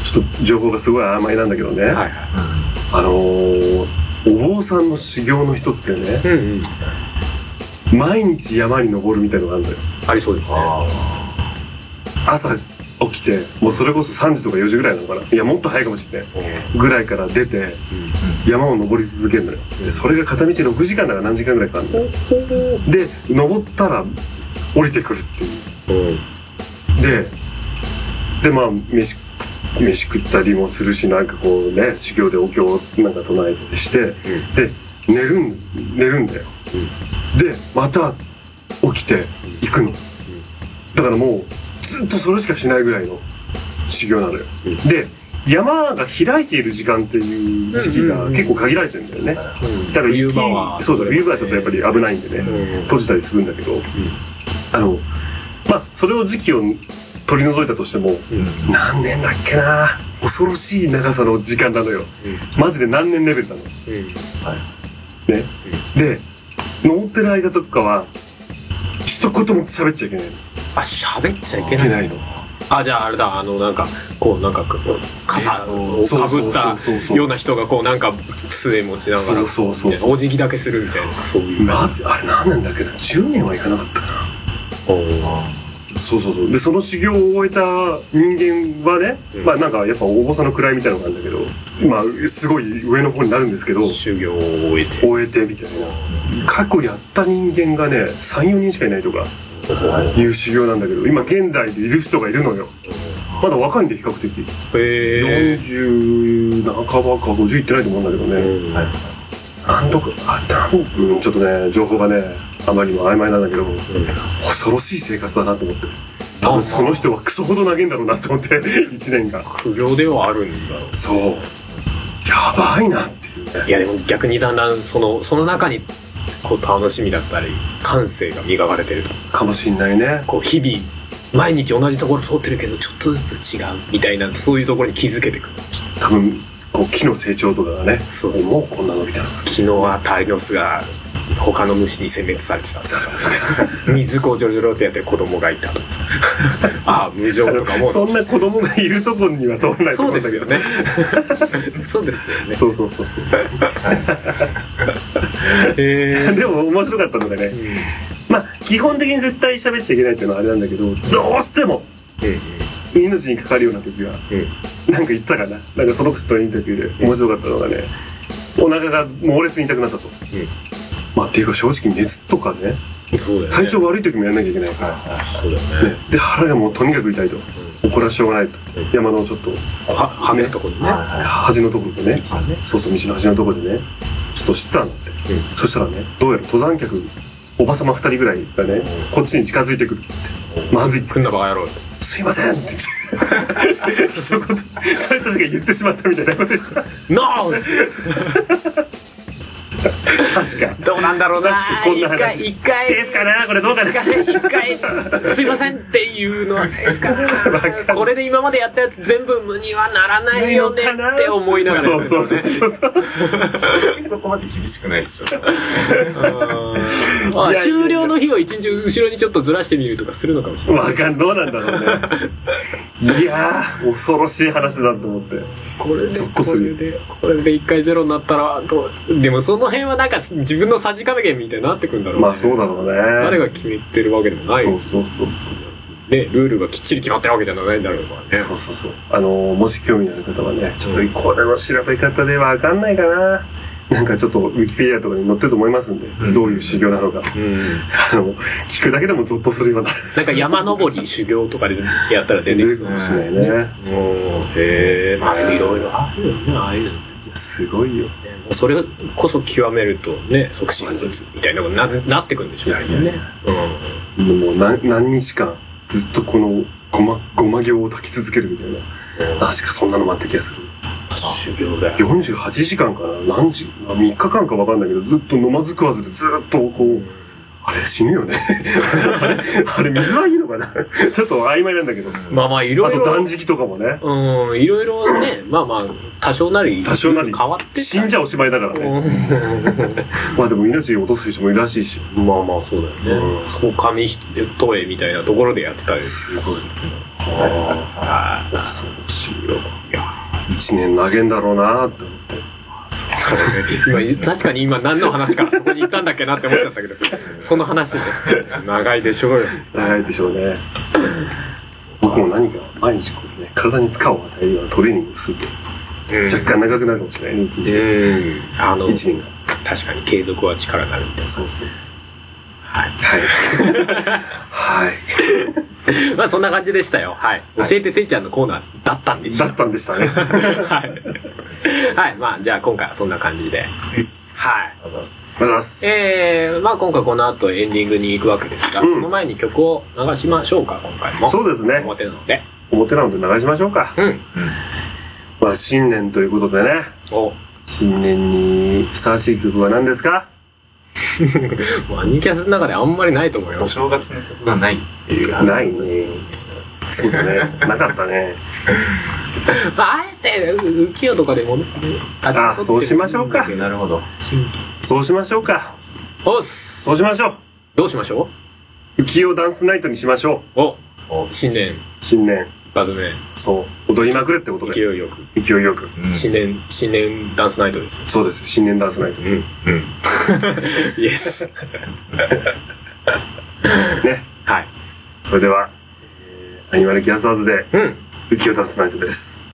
Speaker 3: ちょっと情報がすごい曖昧なんだけどね。
Speaker 2: いは
Speaker 3: あのー、お坊さんの修行の一つでね、
Speaker 2: いうんうん
Speaker 3: 毎日山に登るみたいのがあるのよ。
Speaker 2: ありそうですね
Speaker 4: あ
Speaker 3: 朝起きて、もうそれこそ3時とか4時ぐらいなのかな。いや、もっと早いかもしれない。ぐらいから出て、山を登り続けるのよ。で、それが片道6時間だから何時間ぐらいかかるのよ。で、登ったら降りてくるっていう。
Speaker 2: うん
Speaker 3: で、で、まあ、飯食、飯食ったりもするし、なんかこうね、修行でお経なんか唱えたりして、で、寝るん、寝るんだよ。で、また起きて行くの。だからもう、ずっとそれしかしないぐらいの修行なのよ。で、山が開いている時間っていう時期
Speaker 2: うんうん
Speaker 3: が
Speaker 2: うん
Speaker 3: 結構限られてるんだよね。
Speaker 2: うん
Speaker 3: だから
Speaker 2: 冬
Speaker 3: 雪
Speaker 2: 場は
Speaker 3: そうそう、冬場はちょっとやっぱり危ないんでね。
Speaker 2: うん
Speaker 3: 閉じたりするんだけど、あのまあそれを時期を取り除いたとしても、何年だっけな恐ろしい長さの時間なのよ、マジで何年レベルなのね、
Speaker 2: うん
Speaker 3: で登ってる間とかは一言も喋っちゃいけないのい
Speaker 2: あ喋っちゃいけ
Speaker 3: け
Speaker 2: ない
Speaker 3: ないの
Speaker 2: あじゃああれだあのなんかこうなんかこう傘をかぶった
Speaker 3: そうそうそうそう
Speaker 2: ような人がこうなんか杖持ちながら
Speaker 3: そうそうそうそう
Speaker 2: お辞儀だけするみたいなそういう
Speaker 3: マジあれ何年だっけな10年はいかなかったかなそうそうそうでその修行を終えた人間はね、
Speaker 2: うん
Speaker 3: まあなんかやっぱお坊さんの位みたいなのがあるんだけどまあすごい上の方になるんですけど
Speaker 2: 修行を終えて
Speaker 3: 終えてみたいな過去やった人間がね34人しかいないとかいう修行なんだけど今現代でいる人がいるのよまだ若いんで比較的
Speaker 2: へえ
Speaker 3: 40半ばか50いってないと思うんだけどね
Speaker 4: あ。はい。
Speaker 3: なんとかあなんうんちょっとね情報がねあまりにも曖昧なんだけど恐ろしい生活だなと思って多分その人はクソほど長いんだろうなと思って1 年が
Speaker 2: 苦行ではあるんだろう
Speaker 3: そうやばいなっていうね
Speaker 2: いやでも逆にだんだんそのその中にこう楽しみだったり感性が磨かれてると
Speaker 3: かもしんないね
Speaker 2: こう日々毎日同じところ通ってるけどちょっとずつ違うみたいなそういうところに気づけてくる
Speaker 3: 多分こう木の成長とかがね
Speaker 2: そうそう
Speaker 3: もうこんな伸びたのか
Speaker 2: 昨日はタイノスが他の虫に殲滅されてたとか水こうジョロジョロってやってる子供がいたと かさああ無情とかも
Speaker 3: そんな子供がいるとこには通らないと
Speaker 2: そう
Speaker 3: 思
Speaker 2: で
Speaker 3: うんだ
Speaker 2: す
Speaker 3: け
Speaker 2: よ
Speaker 3: ど
Speaker 2: ねそうですよね
Speaker 3: そうそうそうそう
Speaker 2: へ
Speaker 3: でも面白かったのでね、まあ基本的に絶対喋っちゃいけないっていうのはあれなんだけどどうしても
Speaker 2: え
Speaker 3: 命にかかるような時は、なんか言ったかななんかその人のインタビューで面白かったのがね、お腹が猛烈に痛くなったと、
Speaker 2: ん
Speaker 3: まあっていうか正直熱とかね
Speaker 2: そうだよね
Speaker 3: 体調悪い時もやんなきゃいけないから、
Speaker 2: そうだよね
Speaker 3: ねで腹がもうとにかく痛いと、怒らしょうがないと、山のちょっと
Speaker 2: ははめるとこにね
Speaker 3: 端のところでね
Speaker 2: 一番ね
Speaker 3: そうそう道の端のところでねちょっとしてたんだって、
Speaker 2: うん
Speaker 3: そしたらねどうやら登山客おばさま2人ぐらいがね、こっちに近づいてくるっつって「まずい」っつ
Speaker 2: く
Speaker 3: っ
Speaker 2: ん
Speaker 3: て
Speaker 2: だバカ野郎って
Speaker 3: 「すいません」って言って 一言それ確か言ってしまったみたいなこと言ってた
Speaker 2: 「ノー!」
Speaker 3: 確か。
Speaker 2: どうなんだろうな
Speaker 3: 確かにこんな話
Speaker 2: 一回
Speaker 3: セーフかなこれどうかな
Speaker 2: 一回一回すいませんっていうの はセーフか
Speaker 3: わかんな
Speaker 2: ないこれで今までやったやつ全部無にはならないよねって思いながら
Speaker 3: そうそうそうそうそう。
Speaker 4: そこまで厳しくないっしょ。
Speaker 2: あ
Speaker 3: いやいやいや
Speaker 2: 終了の日を一日後ろにちょっとずらしてみるとかするのかもしれない
Speaker 3: わかん、どうなんだろうね。いやー、恐ろしい話だと思って。
Speaker 2: これで
Speaker 3: ゾッとする
Speaker 2: これでこれで一回ゼロになったらどうでもその辺はなんか自分のさじ加減みたいになってくんだろう、
Speaker 3: まあそうだろうね。
Speaker 2: 誰が決めてるわけでもない
Speaker 3: そ
Speaker 2: ね
Speaker 3: うそうそうそう。
Speaker 2: ルールがきっちり決まってるわけじゃないんだろうからね
Speaker 3: そうそうそう。あのー、もし興味のある方はね、ちょっとこれの調べ方でわかんないかな。なんかちょっとウィキペディアとかに載ってると思いますんで、
Speaker 4: ん
Speaker 3: どういう修行なのか。
Speaker 2: うん
Speaker 3: あの、聞くだけでもゾッとするような。
Speaker 2: なんか山登り修行とかでやったら出てく
Speaker 3: 出
Speaker 2: る
Speaker 3: るかもしれないね。
Speaker 2: へえまあいろいろあるよねああいうのね
Speaker 3: すごいよ。
Speaker 2: もうそれこそ極めるとね促進術みたいなことにななってくるんでしょうね
Speaker 3: いやいやい
Speaker 2: うん
Speaker 3: もう何何日間ずっとこのごま、ごま行を炊き続けるみたいな。確かそんなのもあった気がする。
Speaker 2: 修行だよ
Speaker 3: 48時間かな何時 ?3 日間かわかんないけど、ずっと飲まず食わずでずっとこう、あれ死ぬよね。 あれ、あれ水はいいのかなちょっと曖昧なんだけど。
Speaker 2: まあまあいろ
Speaker 3: あ
Speaker 2: い
Speaker 3: と
Speaker 2: ろ
Speaker 3: 断食とかもね。
Speaker 2: うんいろいろねまあまあ多少なり
Speaker 3: 多少なり
Speaker 2: 変わってた
Speaker 3: 死んじゃおしまいだから ね。
Speaker 2: うん
Speaker 3: まあでも命落とす人もいるらしいし。
Speaker 2: まあまあそうだよね、
Speaker 3: うん
Speaker 2: そう紙一重みたいなところでやってたり
Speaker 3: すごい。ああ、恐ろしいよ。いや、一年投げんだろうなって思って。
Speaker 2: 今確かに今何の話からそこに行ったんだっけなって思っちゃったけどその話で長いでしょうよ
Speaker 3: 長いでしょうね。僕も何か毎日こうね、体に負荷を与えるようなトレーニングをすると、若干長くなるかもしれないね、一日。
Speaker 2: うんあの
Speaker 3: 一年が。
Speaker 2: 確かに継続は力なるみたい
Speaker 3: そうそうそう。
Speaker 2: はい
Speaker 3: はい。はい。
Speaker 2: なまあそんな感じでしたよはい、教えてていちゃんのコーナーだったんでし
Speaker 3: だ
Speaker 2: た
Speaker 3: ったんでしたね。
Speaker 2: はい、はい、まあじゃあ今回はそんな感じではい
Speaker 4: あざっす。
Speaker 3: ありがとうございます。
Speaker 2: えー、まあ今回この後エンディングに行くわけですが、
Speaker 3: うん
Speaker 2: その前に曲を流しましょうか、今回も。
Speaker 3: そうですね。
Speaker 2: 表なので。
Speaker 3: 表なので流しましょうか。
Speaker 2: うん。
Speaker 3: まあ、新年ということでね、
Speaker 2: お、
Speaker 3: 新年にふさわしい曲は何ですか
Speaker 2: マニキャスの中であんまりないと思い
Speaker 4: お
Speaker 2: ます。
Speaker 4: 正月の曲がないっていう
Speaker 3: な
Speaker 4: 話
Speaker 3: い
Speaker 4: で
Speaker 3: ね。
Speaker 4: す
Speaker 3: そうだね。なかったね。
Speaker 2: まあ、あえて、浮世とかでも、立ち取って
Speaker 3: あそうしましょうか
Speaker 4: なるほど。
Speaker 2: 新規
Speaker 3: そうしましょうか。
Speaker 2: おっす。
Speaker 3: そうしましょ
Speaker 2: どうしましょ
Speaker 3: う。浮世ダンスナイトにしましょ
Speaker 2: う
Speaker 3: う。
Speaker 2: お、
Speaker 4: お
Speaker 2: 新年、
Speaker 3: 新年。
Speaker 2: 一発目、
Speaker 3: そう。踊りまくるってことで。
Speaker 2: 勢いよく、
Speaker 3: 勢いよく。
Speaker 4: うん
Speaker 2: 新年、新年ダンスナイトですよ。
Speaker 3: そうです。新年ダンスナイト。ね。
Speaker 2: うん。
Speaker 4: うん。
Speaker 2: イエス。はい。
Speaker 3: それでは、えーアニマルキャスターズで、
Speaker 2: うん。
Speaker 3: 浮世ダンスナイトです。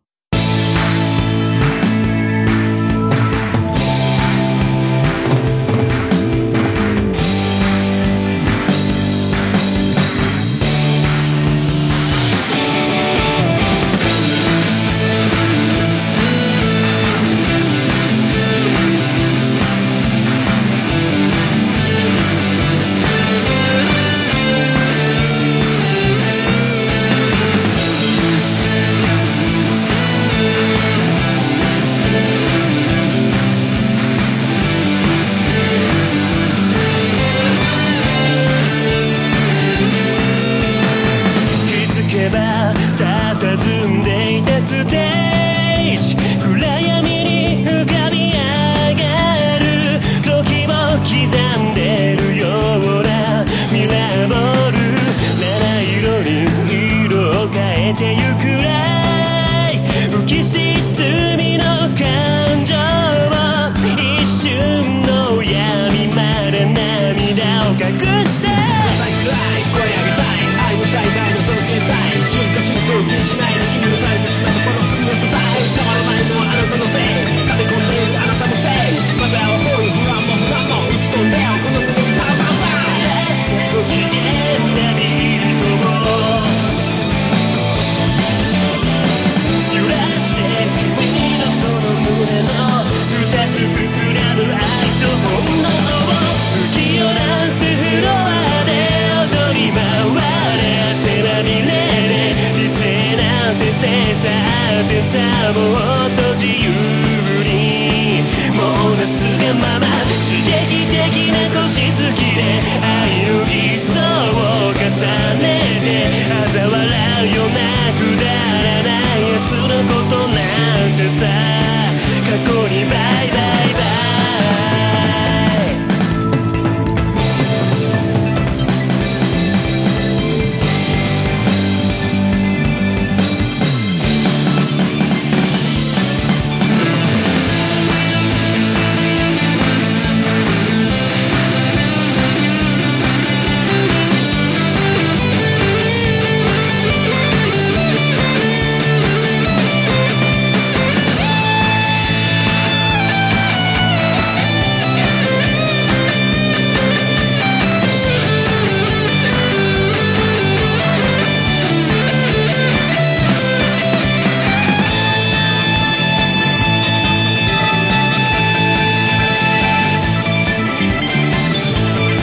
Speaker 5: 気づけば佇んでいたステージ暗闇に浮かび上がる時を刻んでるようなミラーボール七色に色を変えてゆくらい浮き沈みの感情を一瞬の闇まで涙を隠して「ご機嫌な人を」「揺らして君のその胸の」「二つ膨らむ愛と本能を」「浮世ダンスフロアで踊り回れ」「汗まみれで理性なんててさてさもっと自由に」「もうなすがまま刺激な腰つきで愛の一層を重ねて嘲笑うようなくだらないやつのことなんてさ過去にバイバイバイ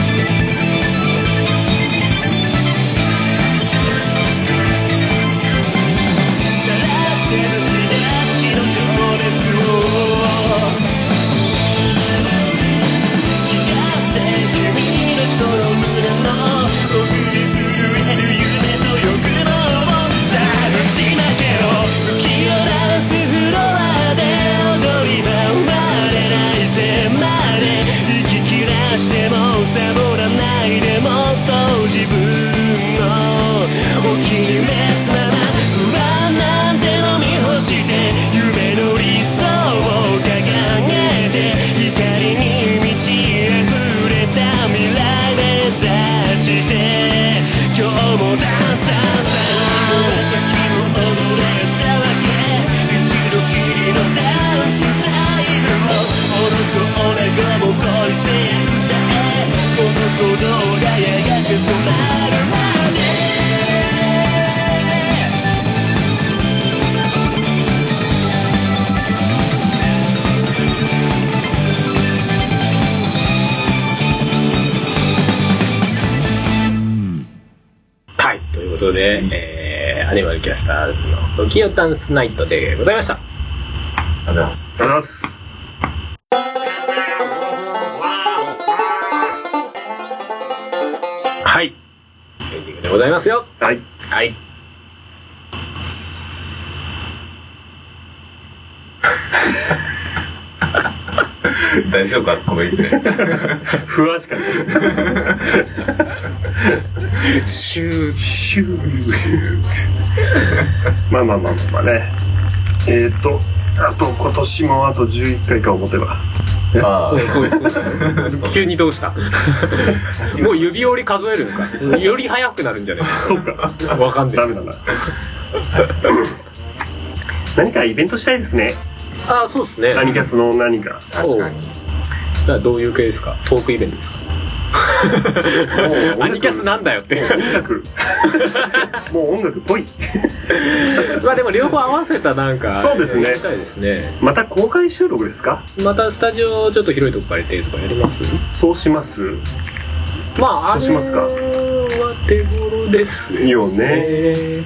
Speaker 5: 「さらしてる日差しの情熱を」「聞かせて君のその胸の」「僕に震える夢と欲望を」「さあ打ち負けろ」「浮きをらすフロアで踊りは生まれないぜまで」「息切らしてもサボらないでもっと自分のお気に召すまま」不安なんて飲み干して夢の理想を掲げて光に満ち溢れた未来目指して今日もダンサーさ先を踊れ騒げ一度きりのダンスライブをオルコオレゴも恋せや歌えこの鼓動がやがて止まるまで
Speaker 2: はい、ということで、えー、アニマルキャスターズの浮世ダンスナイトでございました。
Speaker 4: りがとうございます。
Speaker 3: ありがとうございます。
Speaker 2: はい。エンディングでございますよ。
Speaker 3: はい。
Speaker 2: はい。
Speaker 4: 大丈夫かこの一年。
Speaker 3: 不安しかない。
Speaker 2: シュー
Speaker 3: シューズ。まあまあまあまあまあね。えっ、ー、と、あと今年もあと11回か思てば。
Speaker 4: あ
Speaker 2: そうですそうです。急にどうしたもう指折り数えるのか。より早くなるんじゃない
Speaker 3: そっか。
Speaker 2: わかんな
Speaker 3: ダ
Speaker 2: い。
Speaker 3: メだな。何かイベントしたいですね。
Speaker 2: ああ、そうですね。
Speaker 3: アニキャスの何か。
Speaker 4: あ、確かに。
Speaker 2: だからどういう系ですかトークイベントですかアニキャスなんだよって。
Speaker 3: 音楽。 もう音楽っぽい。
Speaker 2: まあでも両方合わせたなんか、
Speaker 3: そうですね
Speaker 2: やりたいですね。
Speaker 3: また公開収録ですか
Speaker 2: またスタジオちょっと広いとこ借りてとかやります
Speaker 3: そうします。
Speaker 2: まあ、
Speaker 3: そうしますか
Speaker 2: あれは手頃ですよ
Speaker 3: よね。
Speaker 2: ね。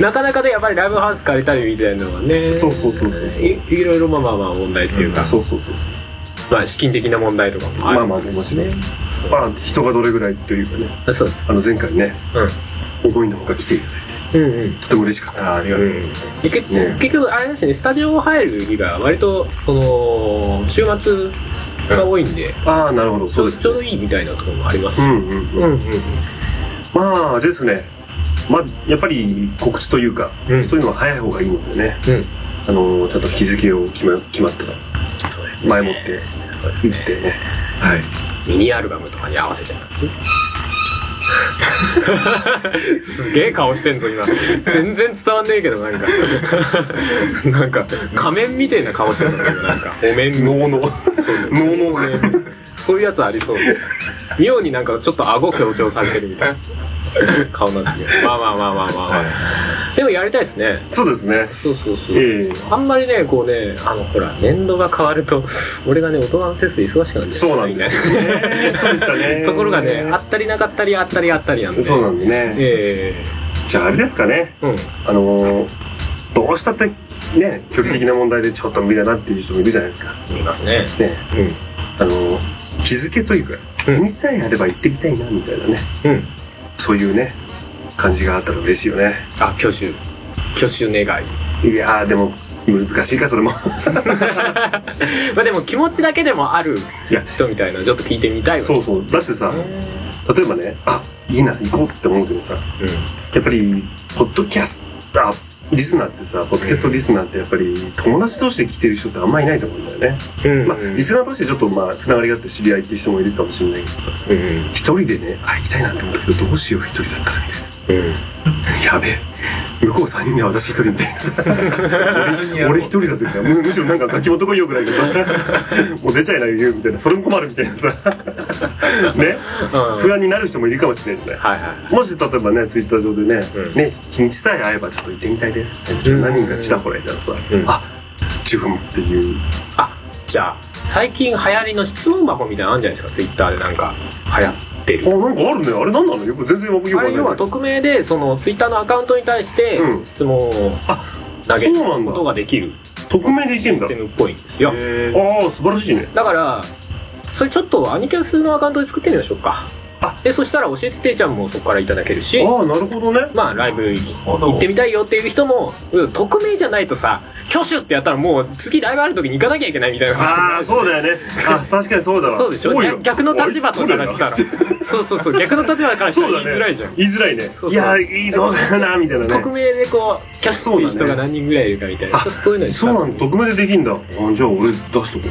Speaker 2: なかなかね、やっぱりライブハウス借りたりみたいなのがね。
Speaker 3: そうそうそうそうそう
Speaker 2: いいろいろまあまあまあ問題っていうか、
Speaker 3: そうそうそうそう。
Speaker 2: まあ資金的な問題とかもあ
Speaker 3: まあ
Speaker 2: る
Speaker 3: まあ、もちろん。まあ、人がどれぐらいというかね。
Speaker 2: あそうです。
Speaker 3: あの前回ね、思いのほか来ていただいて、
Speaker 2: うんうん。
Speaker 3: とても嬉しかった。
Speaker 4: あありがとうござい
Speaker 2: で結
Speaker 3: ね
Speaker 2: 結局あれですねスタジオ入る日が割とその週末が多いんで、
Speaker 3: ああ、なるほど、
Speaker 2: ち
Speaker 3: そう
Speaker 2: ょ
Speaker 3: で
Speaker 2: ち
Speaker 3: す
Speaker 2: ょう
Speaker 3: ね。
Speaker 2: どいいみたいなところもありま
Speaker 3: う
Speaker 2: すし、
Speaker 3: んうん。
Speaker 2: うんうん
Speaker 3: まあですね、まあ、やっぱり告知というか、
Speaker 2: うん
Speaker 3: そういうのは早い方がいいのでね、
Speaker 2: うん
Speaker 3: あのー、ちゃんと日付を決ま決まったら、
Speaker 2: そうですね
Speaker 3: 前もって
Speaker 2: そうですね
Speaker 3: 言ってね。
Speaker 2: ミニアルバムとかに合わせちゃい ますねすげえ顔してんぞ今全然伝わんねえけどなんかなんか仮面みたいな顔してたんだけどなんかお面の
Speaker 3: 能の、能の、
Speaker 2: そういうやつありそうで。妙になんかちょっと顎強調されてるみたいな顔なんですけど。まあまあまあまあまあ、まあでもやりたいですね。
Speaker 3: そうですね。
Speaker 2: そうそうそう。
Speaker 3: ええ
Speaker 2: あんまりね、こうね、あの、ほら、年度が変わると、俺がね、大人のフェスで忙しくなるんだよね
Speaker 3: そうなんですよね。そうでした ね。
Speaker 2: ところがね、あったりなかったり、あったりあったりなんで。
Speaker 3: そうなんでね。
Speaker 2: え
Speaker 3: じゃああれですかね。
Speaker 2: えうん。
Speaker 3: あのーどうしたってね、距離的な問題でちょっと無理だなっていう人もいるじゃないですか。
Speaker 2: いますね。
Speaker 3: ね、あの日付というか日にさえあれば行ってみたいなみたいなね、
Speaker 2: うん
Speaker 3: そういうね感じがあったら嬉しいよね
Speaker 2: あ挙手挙手願 い
Speaker 3: いやーでも難しいかそれも
Speaker 2: まあでも気持ちだけでもある
Speaker 3: いや
Speaker 2: 人みたいなちょっと聞いてみたいわ
Speaker 3: そうそうだってさ例えばねあいいな行こうって思うけどさ
Speaker 2: う
Speaker 3: やっぱりポッドキャスターリスナーってさポッドキャストリスナーってやっぱり友達同士で聞いてる人ってあんまいないと思うんだよね、
Speaker 2: んうん
Speaker 3: まあリスナー同士でちょっとまあつながりがあって知り合いっていう人もいるかもしれないけどさ
Speaker 2: うんうん
Speaker 3: 一人でねあ行きたいなって思ったけどどうしよう一人だったらみたいな
Speaker 2: うん
Speaker 3: やべえ。向こう3人で私1人みたいなさ。俺1人だぜみたいなむむしろなんかガキもとこいよくないけどさ。もう出ちゃいないよみたいな。それも困るみたいなさ。ね、不安になる人もいるかもしれないじゃな
Speaker 2: は
Speaker 3: い。
Speaker 2: いはい
Speaker 3: もし例えばね、ツイッター上でね、
Speaker 2: うん
Speaker 3: ね、日にちさえ会えばちょっと行ってみたいですみたいな。何人かちらほらいたらさ、
Speaker 2: うん
Speaker 3: あ、自分もっていう。
Speaker 2: あじゃあ最近流行りの質問箱みたいなのあるんじゃないですかツイッターでなんか流行って
Speaker 3: あ、
Speaker 2: る
Speaker 3: なんかあるね。あれなんなのよく全然よく
Speaker 2: あれ要は匿名でそのツイッターのアカウントに対して
Speaker 3: うん
Speaker 2: 質問を
Speaker 3: あ
Speaker 2: 投げ
Speaker 3: そう
Speaker 2: る
Speaker 3: なんだ
Speaker 2: ことができる
Speaker 3: 匿名で行けん
Speaker 2: シ
Speaker 3: だ
Speaker 2: ステ。ムっぽいんですよ
Speaker 3: ああ、素晴らしいね。
Speaker 2: だからそれちょっとアニキャスのアカウントで作ってみましょうか
Speaker 3: あ
Speaker 2: でそしたら教えてていちゃんもそこからいただけるし
Speaker 3: ああ、なるほどね。
Speaker 2: まあライブ行き
Speaker 4: ほど
Speaker 2: 行ってみたいよっていう人もうん匿名じゃないとさ挙手ってやったらもう次ライブある時に行かなきゃいけないみたいなことにな
Speaker 3: あ
Speaker 2: る
Speaker 3: あ、そうだよね。あ、確かにそうだわ。
Speaker 2: そうでしょ
Speaker 3: 多いよ
Speaker 2: 逆逆の立場とからしたら
Speaker 3: おい作れよ
Speaker 2: そうそうそう逆の立場からした
Speaker 3: そう
Speaker 2: ら
Speaker 3: だ
Speaker 2: 言
Speaker 3: ね。
Speaker 2: いづらいじゃん、
Speaker 3: 言いづらい
Speaker 2: そ
Speaker 3: ね。
Speaker 2: うそう
Speaker 3: いや、いい動画だな、みたいなね。
Speaker 2: 匿名でこうキャッシュっていう人が何人ぐらいいるかみたいなちょっとそういうのに
Speaker 3: そうなんだ。匿名でできんだ。あじゃあ俺出しとこう。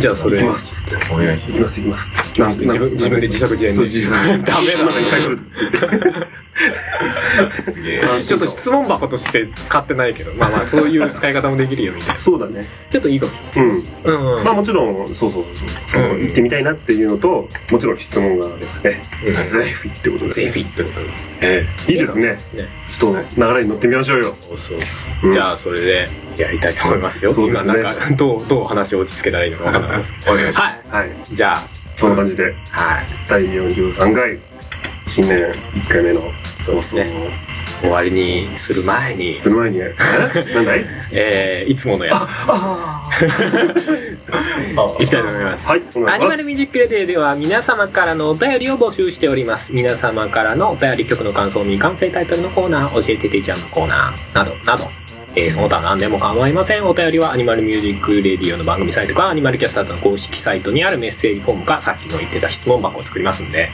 Speaker 2: じゃあそれ
Speaker 3: 行きます。つって
Speaker 4: お願いし
Speaker 3: 行き
Speaker 4: ま
Speaker 3: ますす、行きます。
Speaker 2: 自
Speaker 3: なん
Speaker 2: 分自分で自作自演で
Speaker 3: そう自作自演
Speaker 2: ダメだ
Speaker 3: なんかいっぱい来るって言って。
Speaker 4: すげえ
Speaker 2: ちょっ と質問箱として使ってないけどまあまあそういう使い方もできるよみたいな
Speaker 3: そうだね。
Speaker 2: ちょっといいかもしれ
Speaker 3: うん。
Speaker 2: ないうんうん
Speaker 3: まあもちろん、そうそうそうそう。その行ってみたいなっていうのと、もちろん質問があればね。ぜひってことで。
Speaker 2: ぜひってこと
Speaker 3: ええ。いいですね。
Speaker 2: ですね
Speaker 3: ちょっと流れに乗ってみましょうよ。
Speaker 2: そうそうじゃあそれでやりたいと思いますよ
Speaker 3: そうですね
Speaker 2: 今なんかどうどう話を落ち着けたらいいのか分からないです
Speaker 4: お願いしま
Speaker 2: は
Speaker 4: す
Speaker 3: はい。
Speaker 2: いじゃあ
Speaker 3: そんな感じで。
Speaker 2: はい
Speaker 3: 第43回新年1回目の放送を
Speaker 2: ね終わりにする前に
Speaker 3: する前に、えなんだい
Speaker 2: えー、いつものやつ。いきたいと思います。
Speaker 3: は
Speaker 2: ア
Speaker 3: い、お願い
Speaker 2: ニ
Speaker 3: しま
Speaker 2: マル
Speaker 3: す。
Speaker 2: ミュージックレデーでは皆様からのお便りを募集しております。皆様からのお便り曲の感想、未完成タイトルのコーナー、教えてていちゃんのコーナー、など、など。えーその他何でも構いません。お便りはアニマルミュージックレディオの番組サイトか、アニマルキャスターズの公式サイトにあるメッセージフォームか、さっきの言ってた質問箱を作りますんで、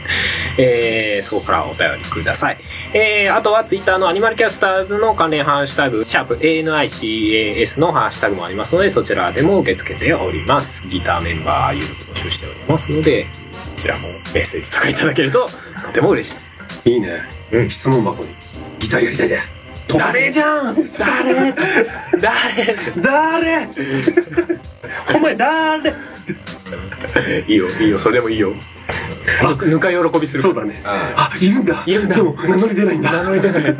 Speaker 2: えー、そこからお便りください。えー、あとはツイッターのアニマルキャスターズの関連ハッシュタグ、シャープ ANICAS のハッシュタグもありますので、そちらでも受け付けております。ギターメンバー有募集しておりますので、こちらもメッセージとかいただけると、 とても嬉しい。
Speaker 3: いいね。質問箱に、ギターやりたいです。誰じゃん
Speaker 2: 誰誰
Speaker 3: 誰お前誰
Speaker 2: いいよ、いいよ、それでもいいよ。ぬか喜びする。
Speaker 3: そうだね。あ、いるんだ。
Speaker 2: いるんだ
Speaker 3: でも、名乗り出ないんだ。名乗り出ない。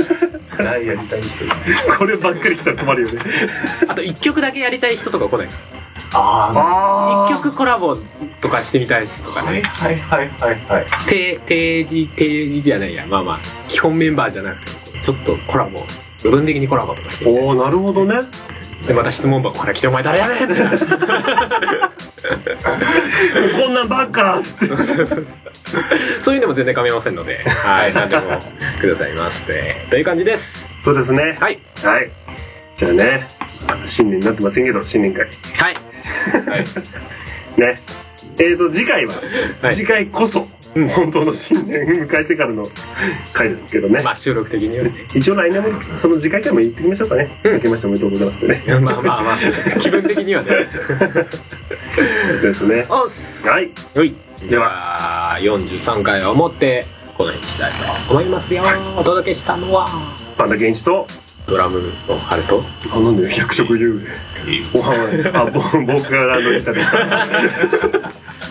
Speaker 4: ライやりたい人
Speaker 3: こればっかり来たら困るよね。
Speaker 2: あと一曲だけやりたい人とか来ない。
Speaker 4: あ
Speaker 3: あ
Speaker 2: 一曲コラボとかしてみたい人と
Speaker 4: あ
Speaker 2: か
Speaker 4: は
Speaker 2: ね。
Speaker 4: いはいはいはいはい
Speaker 2: 定、定時、定時じゃないや。まあまあ、基本メンバーじゃなくて、ちょっとコラボ、部分的にコラボとかしてみたい。
Speaker 3: おー、なるほどね。
Speaker 2: で、また質問箱から来て、お前誰やねんって。
Speaker 3: こんなんばっかつ って。
Speaker 2: そういうのも全然構いませんので、はい、何でもくださいませ。という感じです。
Speaker 3: そうですね。
Speaker 2: はい。
Speaker 3: はい。じゃあね、新年になってませんけど、新年会。
Speaker 2: はい。
Speaker 3: ね。えーと、次回は、
Speaker 2: はい
Speaker 3: 次回こそ、本当の新年迎えてからの回ですけどね。
Speaker 2: まあ、収録的にはね。
Speaker 3: 一応来年も、その次回回も行ってきましょうかね。明けましておめでとうございますってね。
Speaker 2: まあまあまあ、気分的にはね。
Speaker 3: ですね。
Speaker 2: おっす。
Speaker 3: はい。
Speaker 2: はい。では、43回をもって、この辺にしたいと思いますよ。お届けしたのは、
Speaker 3: パンダケンチと、
Speaker 2: ドラムのハルト。
Speaker 3: あ、なんで百食言う。おはいあ、ぼ僕がランドリータでした。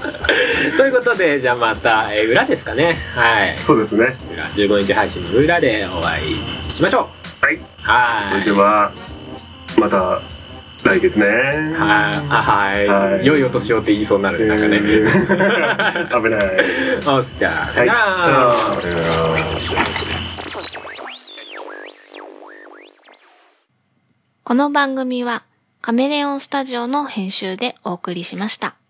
Speaker 2: ということで、じゃあまた、えー裏ですかね。はい。
Speaker 3: そうですね。
Speaker 2: 裏、15日配信の裏でお会いしましょう。
Speaker 3: はい。
Speaker 2: は
Speaker 3: それ
Speaker 2: ーい。
Speaker 3: では、また、来月ね。
Speaker 2: はーいあは。
Speaker 3: はいい
Speaker 2: 良いお年をって言いそうになるね、なんかね。
Speaker 3: えー危ない。はい。
Speaker 2: おっす、じゃあ、
Speaker 3: さ
Speaker 2: さ
Speaker 3: よ
Speaker 2: よ
Speaker 3: な
Speaker 2: なら。
Speaker 3: ら。
Speaker 6: この番組はカメレオンスタジオの編集でお送りしました。